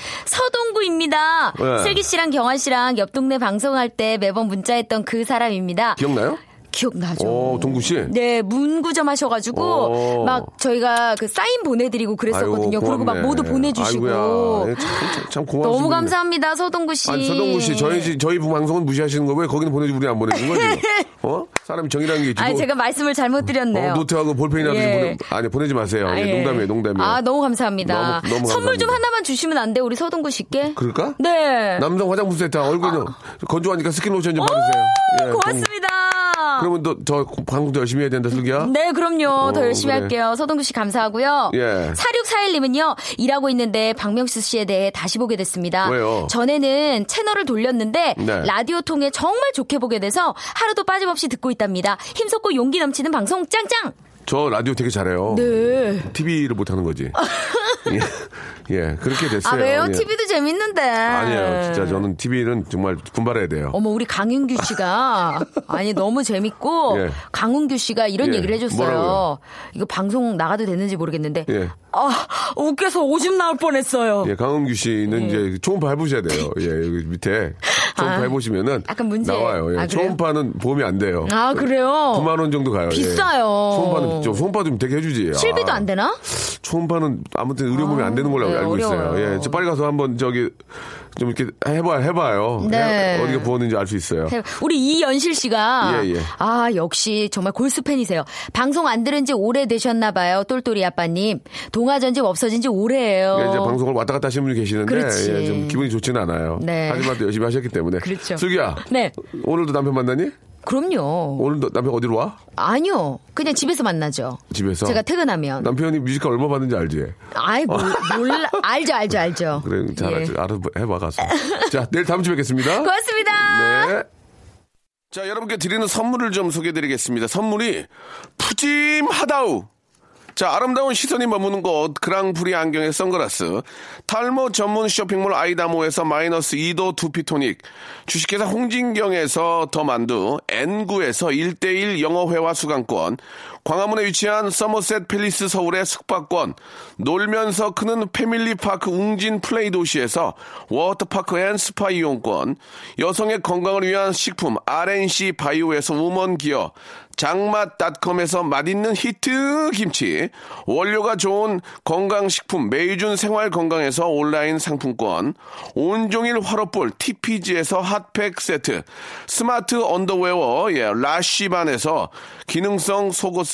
A: 서동구입니다.
B: 예.
A: 슬기 씨랑 경환 씨랑 옆 동네 방송할 때 매번 문자했던 그 사람입니다.
B: 기억나요?
A: 기억나죠?
B: 오, 어, 동구 씨.
A: 네, 문구점 하셔가지고,
B: 오.
A: 막 저희가 그 사인 보내드리고 그랬었거든요.
B: 아이고,
A: 그리고 막
B: 고맙네.
A: 모두 보내주시고.
B: 아이고야. 예, 참, 참, 참 고맙습니다.
A: 너무 감사합니다, 서동구 씨.
B: 아니 서동구 씨
A: 네.
B: 저희 지- 저희 방송은 무시하시는 거 왜 거기는 보내주고 우리 안 보내준 거지? 어? 사람이 정이라는 게 있지.
A: 아니,
B: 뭐,
A: 제가 말씀을 잘못 드렸네요.
B: 어, 노트하고 볼펜이라도 좀
A: 예.
B: 보내 아니 보내지 마세요.
A: 아,
B: 예,
A: 예.
B: 농담이에요, 농담이에요.
A: 아, 너무 감사합니다.
B: 너무- 너무
A: 선물 좀
B: 감사합니다.
A: 하나만 주시면 안 돼요, 우리 서동구 씨께?
B: 그럴까?
A: 네. 아.
B: 남성 화장품 세트 얼굴 좀 건조하니까 스킨 로션 좀 바르세요. 예,
A: 고맙습니다.
B: 방- 그러면 너저 방송 더 열심히 해야 된다, 슬기야.
A: 네, 그럼요. 더
B: 어,
A: 열심히
B: 그래.
A: 할게요. 서동규 씨 감사하고요.
B: 예.
A: 4641님은요, 일하고 있는데 박명수 씨에 대해 다시 보게 됐습니다.
B: 왜요?
A: 전에는 채널을 돌렸는데,
B: 네.
A: 라디오 통해 정말 좋게 보게 돼서 하루도 빠짐없이 듣고 있답니다. 힘솟고 용기 넘치는 방송 짱짱!
B: 저 라디오 되게 잘해요.
A: 네.
B: TV를 못 하는 거지. 예. 예, 그렇게 됐어요.
A: 아, 왜요?
B: 예.
A: TV도 재밌는데.
B: 아니에요, 진짜 저는 TV는 정말 분발해야 돼요.
A: 어머 우리 강윤규 씨가 아니 너무 재밌고
B: 예.
A: 강윤규 씨가 이런
B: 예.
A: 얘기를 해줬어요.
B: 뭐라고요?
A: 이거 방송 나가도 되는지 모르겠는데
B: 예.
A: 아 웃겨서 오줌 나올 뻔했어요.
B: 예, 강은규 씨는 이제 초음파 해보셔야 돼요. 예, 여기 밑에 초음파
A: 아,
B: 해보시면은
A: 약간 문제.
B: 나와요. 예,
A: 아, 그래요?
B: 초음파는 보험이 안 돼요.
A: 아 그래요?
B: 9만 원 정도 가요. 예.
A: 비싸요.
B: 초음파는 좀 초음파 좀 되게 해주지.
A: 실비도
B: 아,
A: 안 되나?
B: 초음파는 아무튼 의료보험이 안 되는 걸로
A: 네,
B: 알고
A: 어려워요.
B: 있어요. 예, 저 빨리 가서 한번 저기 좀 이렇게 해봐 해봐요.
A: 네.
B: 해- 어디가 부었는지 알 수 있어요.
A: 우리 이연실 씨가
B: 예, 예.
A: 아 역시 정말 골수 팬이세요. 방송 안 들은 지 오래 되셨나 봐요. 똘똘이 아빠님 동화전집 없어진 지 오래예요.
B: 예, 이제 방송을 왔다 갔다 하시는 분이 계시는데
A: 그렇지.
B: 예, 좀 기분이 좋지는 않아요.
A: 네.
B: 하지만 또 열심히 하셨기 때문에.
A: 그렇죠.
B: 슬기야.
A: 네.
B: 오늘도 남편 만나니?
A: 그럼요.
B: 오늘도 남편 어디로 와?
A: 아니요. 그냥 집에서 만나죠.
B: 집에서.
A: 제가 퇴근하면.
B: 남편이 뮤지컬 얼마 받는지 알지?
A: 아이 몰- 몰라 알죠 알죠 알죠.
B: 그래, 잘
A: 예.
B: 알지. 알아, 해봐, 가서. 자, 내일 다음 주에 뵙겠습니다.
A: 고맙습니다.
B: 네. 자, 여러분께 드리는 선물을 좀 소개해드리겠습니다. 선물이 푸짐하다우. 자, 아름다운 시선이 머무는 곳, 그랑프리 안경의 선글라스, 탈모 전문 쇼핑몰 아이다모에서 마이너스 2도 두피토닉, 주식회사 홍진경에서 더 만두, N9에서 1대1 영어회화 수강권, 광화문에 위치한 서머셋 팰리스 서울의 숙박권, 놀면서 크는 패밀리파크 웅진 플레이 도시에서 워터파크 앤 스파 이용권, 여성의 건강을 위한 식품 RNC 바이오에서 우먼 기어, 장맛닷컴에서 맛있는 히트 김치, 원료가 좋은 건강식품 메이준 생활건강에서 온라인 상품권, 온종일 화로볼 TPG에서 핫팩 세트, 스마트 언더웨어 예, 라쉬반에서 기능성 속옷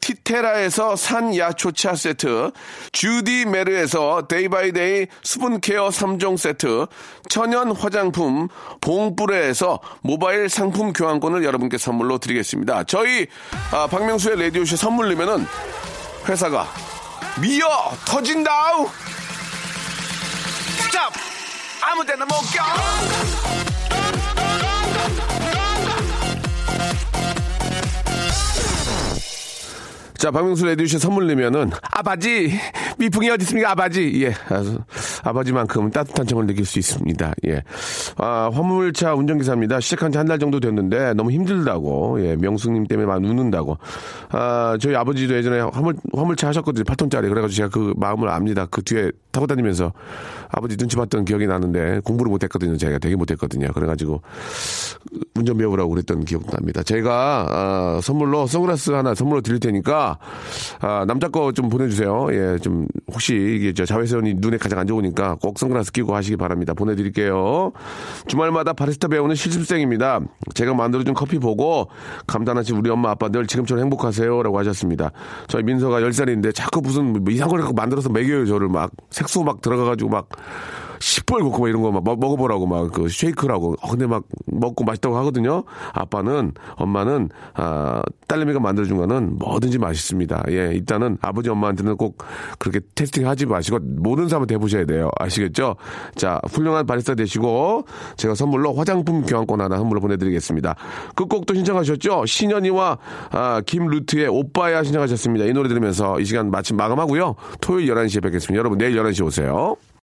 B: 티테라에서 산야초차 세트, 주디 메르에서 데이바이데이 수분케어 3종 세트, 천연 화장품 봉뿌레에서 모바일 상품 교환권을 여러분께 선물로 드리겠습니다. 저희 아, 박명수의 라디오쇼 선물 내면은 회사가 미어 터진다우! 스탑! 아무 데나 못 껴! 자, 박명수 레디오씨 선물 내면은 아바지 미풍이 어디 있습니까? 아바지 예, 아, 아바지만큼 따뜻한 정을 느낄 수 있습니다. 예, 아 화물차 운전기사입니다. 시작한 지 한 달 정도 됐는데 너무 힘들다고 예, 명수님 때문에 막 우는다고. 아 저희 아버지도 예전에 화물 화물차 하셨거든요, 8톤짜리. 그래가지고 제가 그 마음을 압니다. 그 뒤에 타고 다니면서 아버지 눈치 봤던 기억이 나는데 공부를 못했거든요. 제가 되게 못했거든요. 그래가지고 운전 배우라고 그랬던 기억 납니다. 제가 아, 선물로 선글라스 하나 선물로 드릴 테니까 아, 남자 거 좀 보내주세요. 예, 좀 혹시 이게 저 자외선이 눈에 가장 안 있으니까 꼭 선글라스 끼고 하시기 바랍니다. 보내드릴게요. 주말마다 바리스타 배우는 실습생입니다. 제가 만들어준 커피 보고 감탄하신 우리 엄마 아빠들 지금처럼 행복하세요라고 하셨습니다. 저희 민서가 10살인데 자꾸 무슨 뭐 이상한 걸 갖고 만들어서 먹여요 저를 막 색소 막 들어가가지고 막 시뻘겋고 막 이런 거 막 먹어보라고 막 그 쉐이크라고 어, 근데 막 먹고 맛있다고 하거든요. 아빠는 엄마는 아, 딸내미가 만들어준 거는 뭐든지 맛있습니다. 예 일단은 아버지 엄마한테는 꼭 그렇게 테스팅하지 마시고 모든 사람한테 해보셔야 돼요. 아시겠죠? 자 훌륭한 바리스타 되시고 제가 선물로 화장품 교환권 하나 선물로 보내드리겠습니다. 끝곡도 신청하셨죠? 신현이와 아, 김루트의 오빠야 신청하셨습니다. 이 노래 들으면서 이 시간 마침 마감하고요. 토요일 11시에 뵙겠습니다. 여러분 내일 11시에 오세요.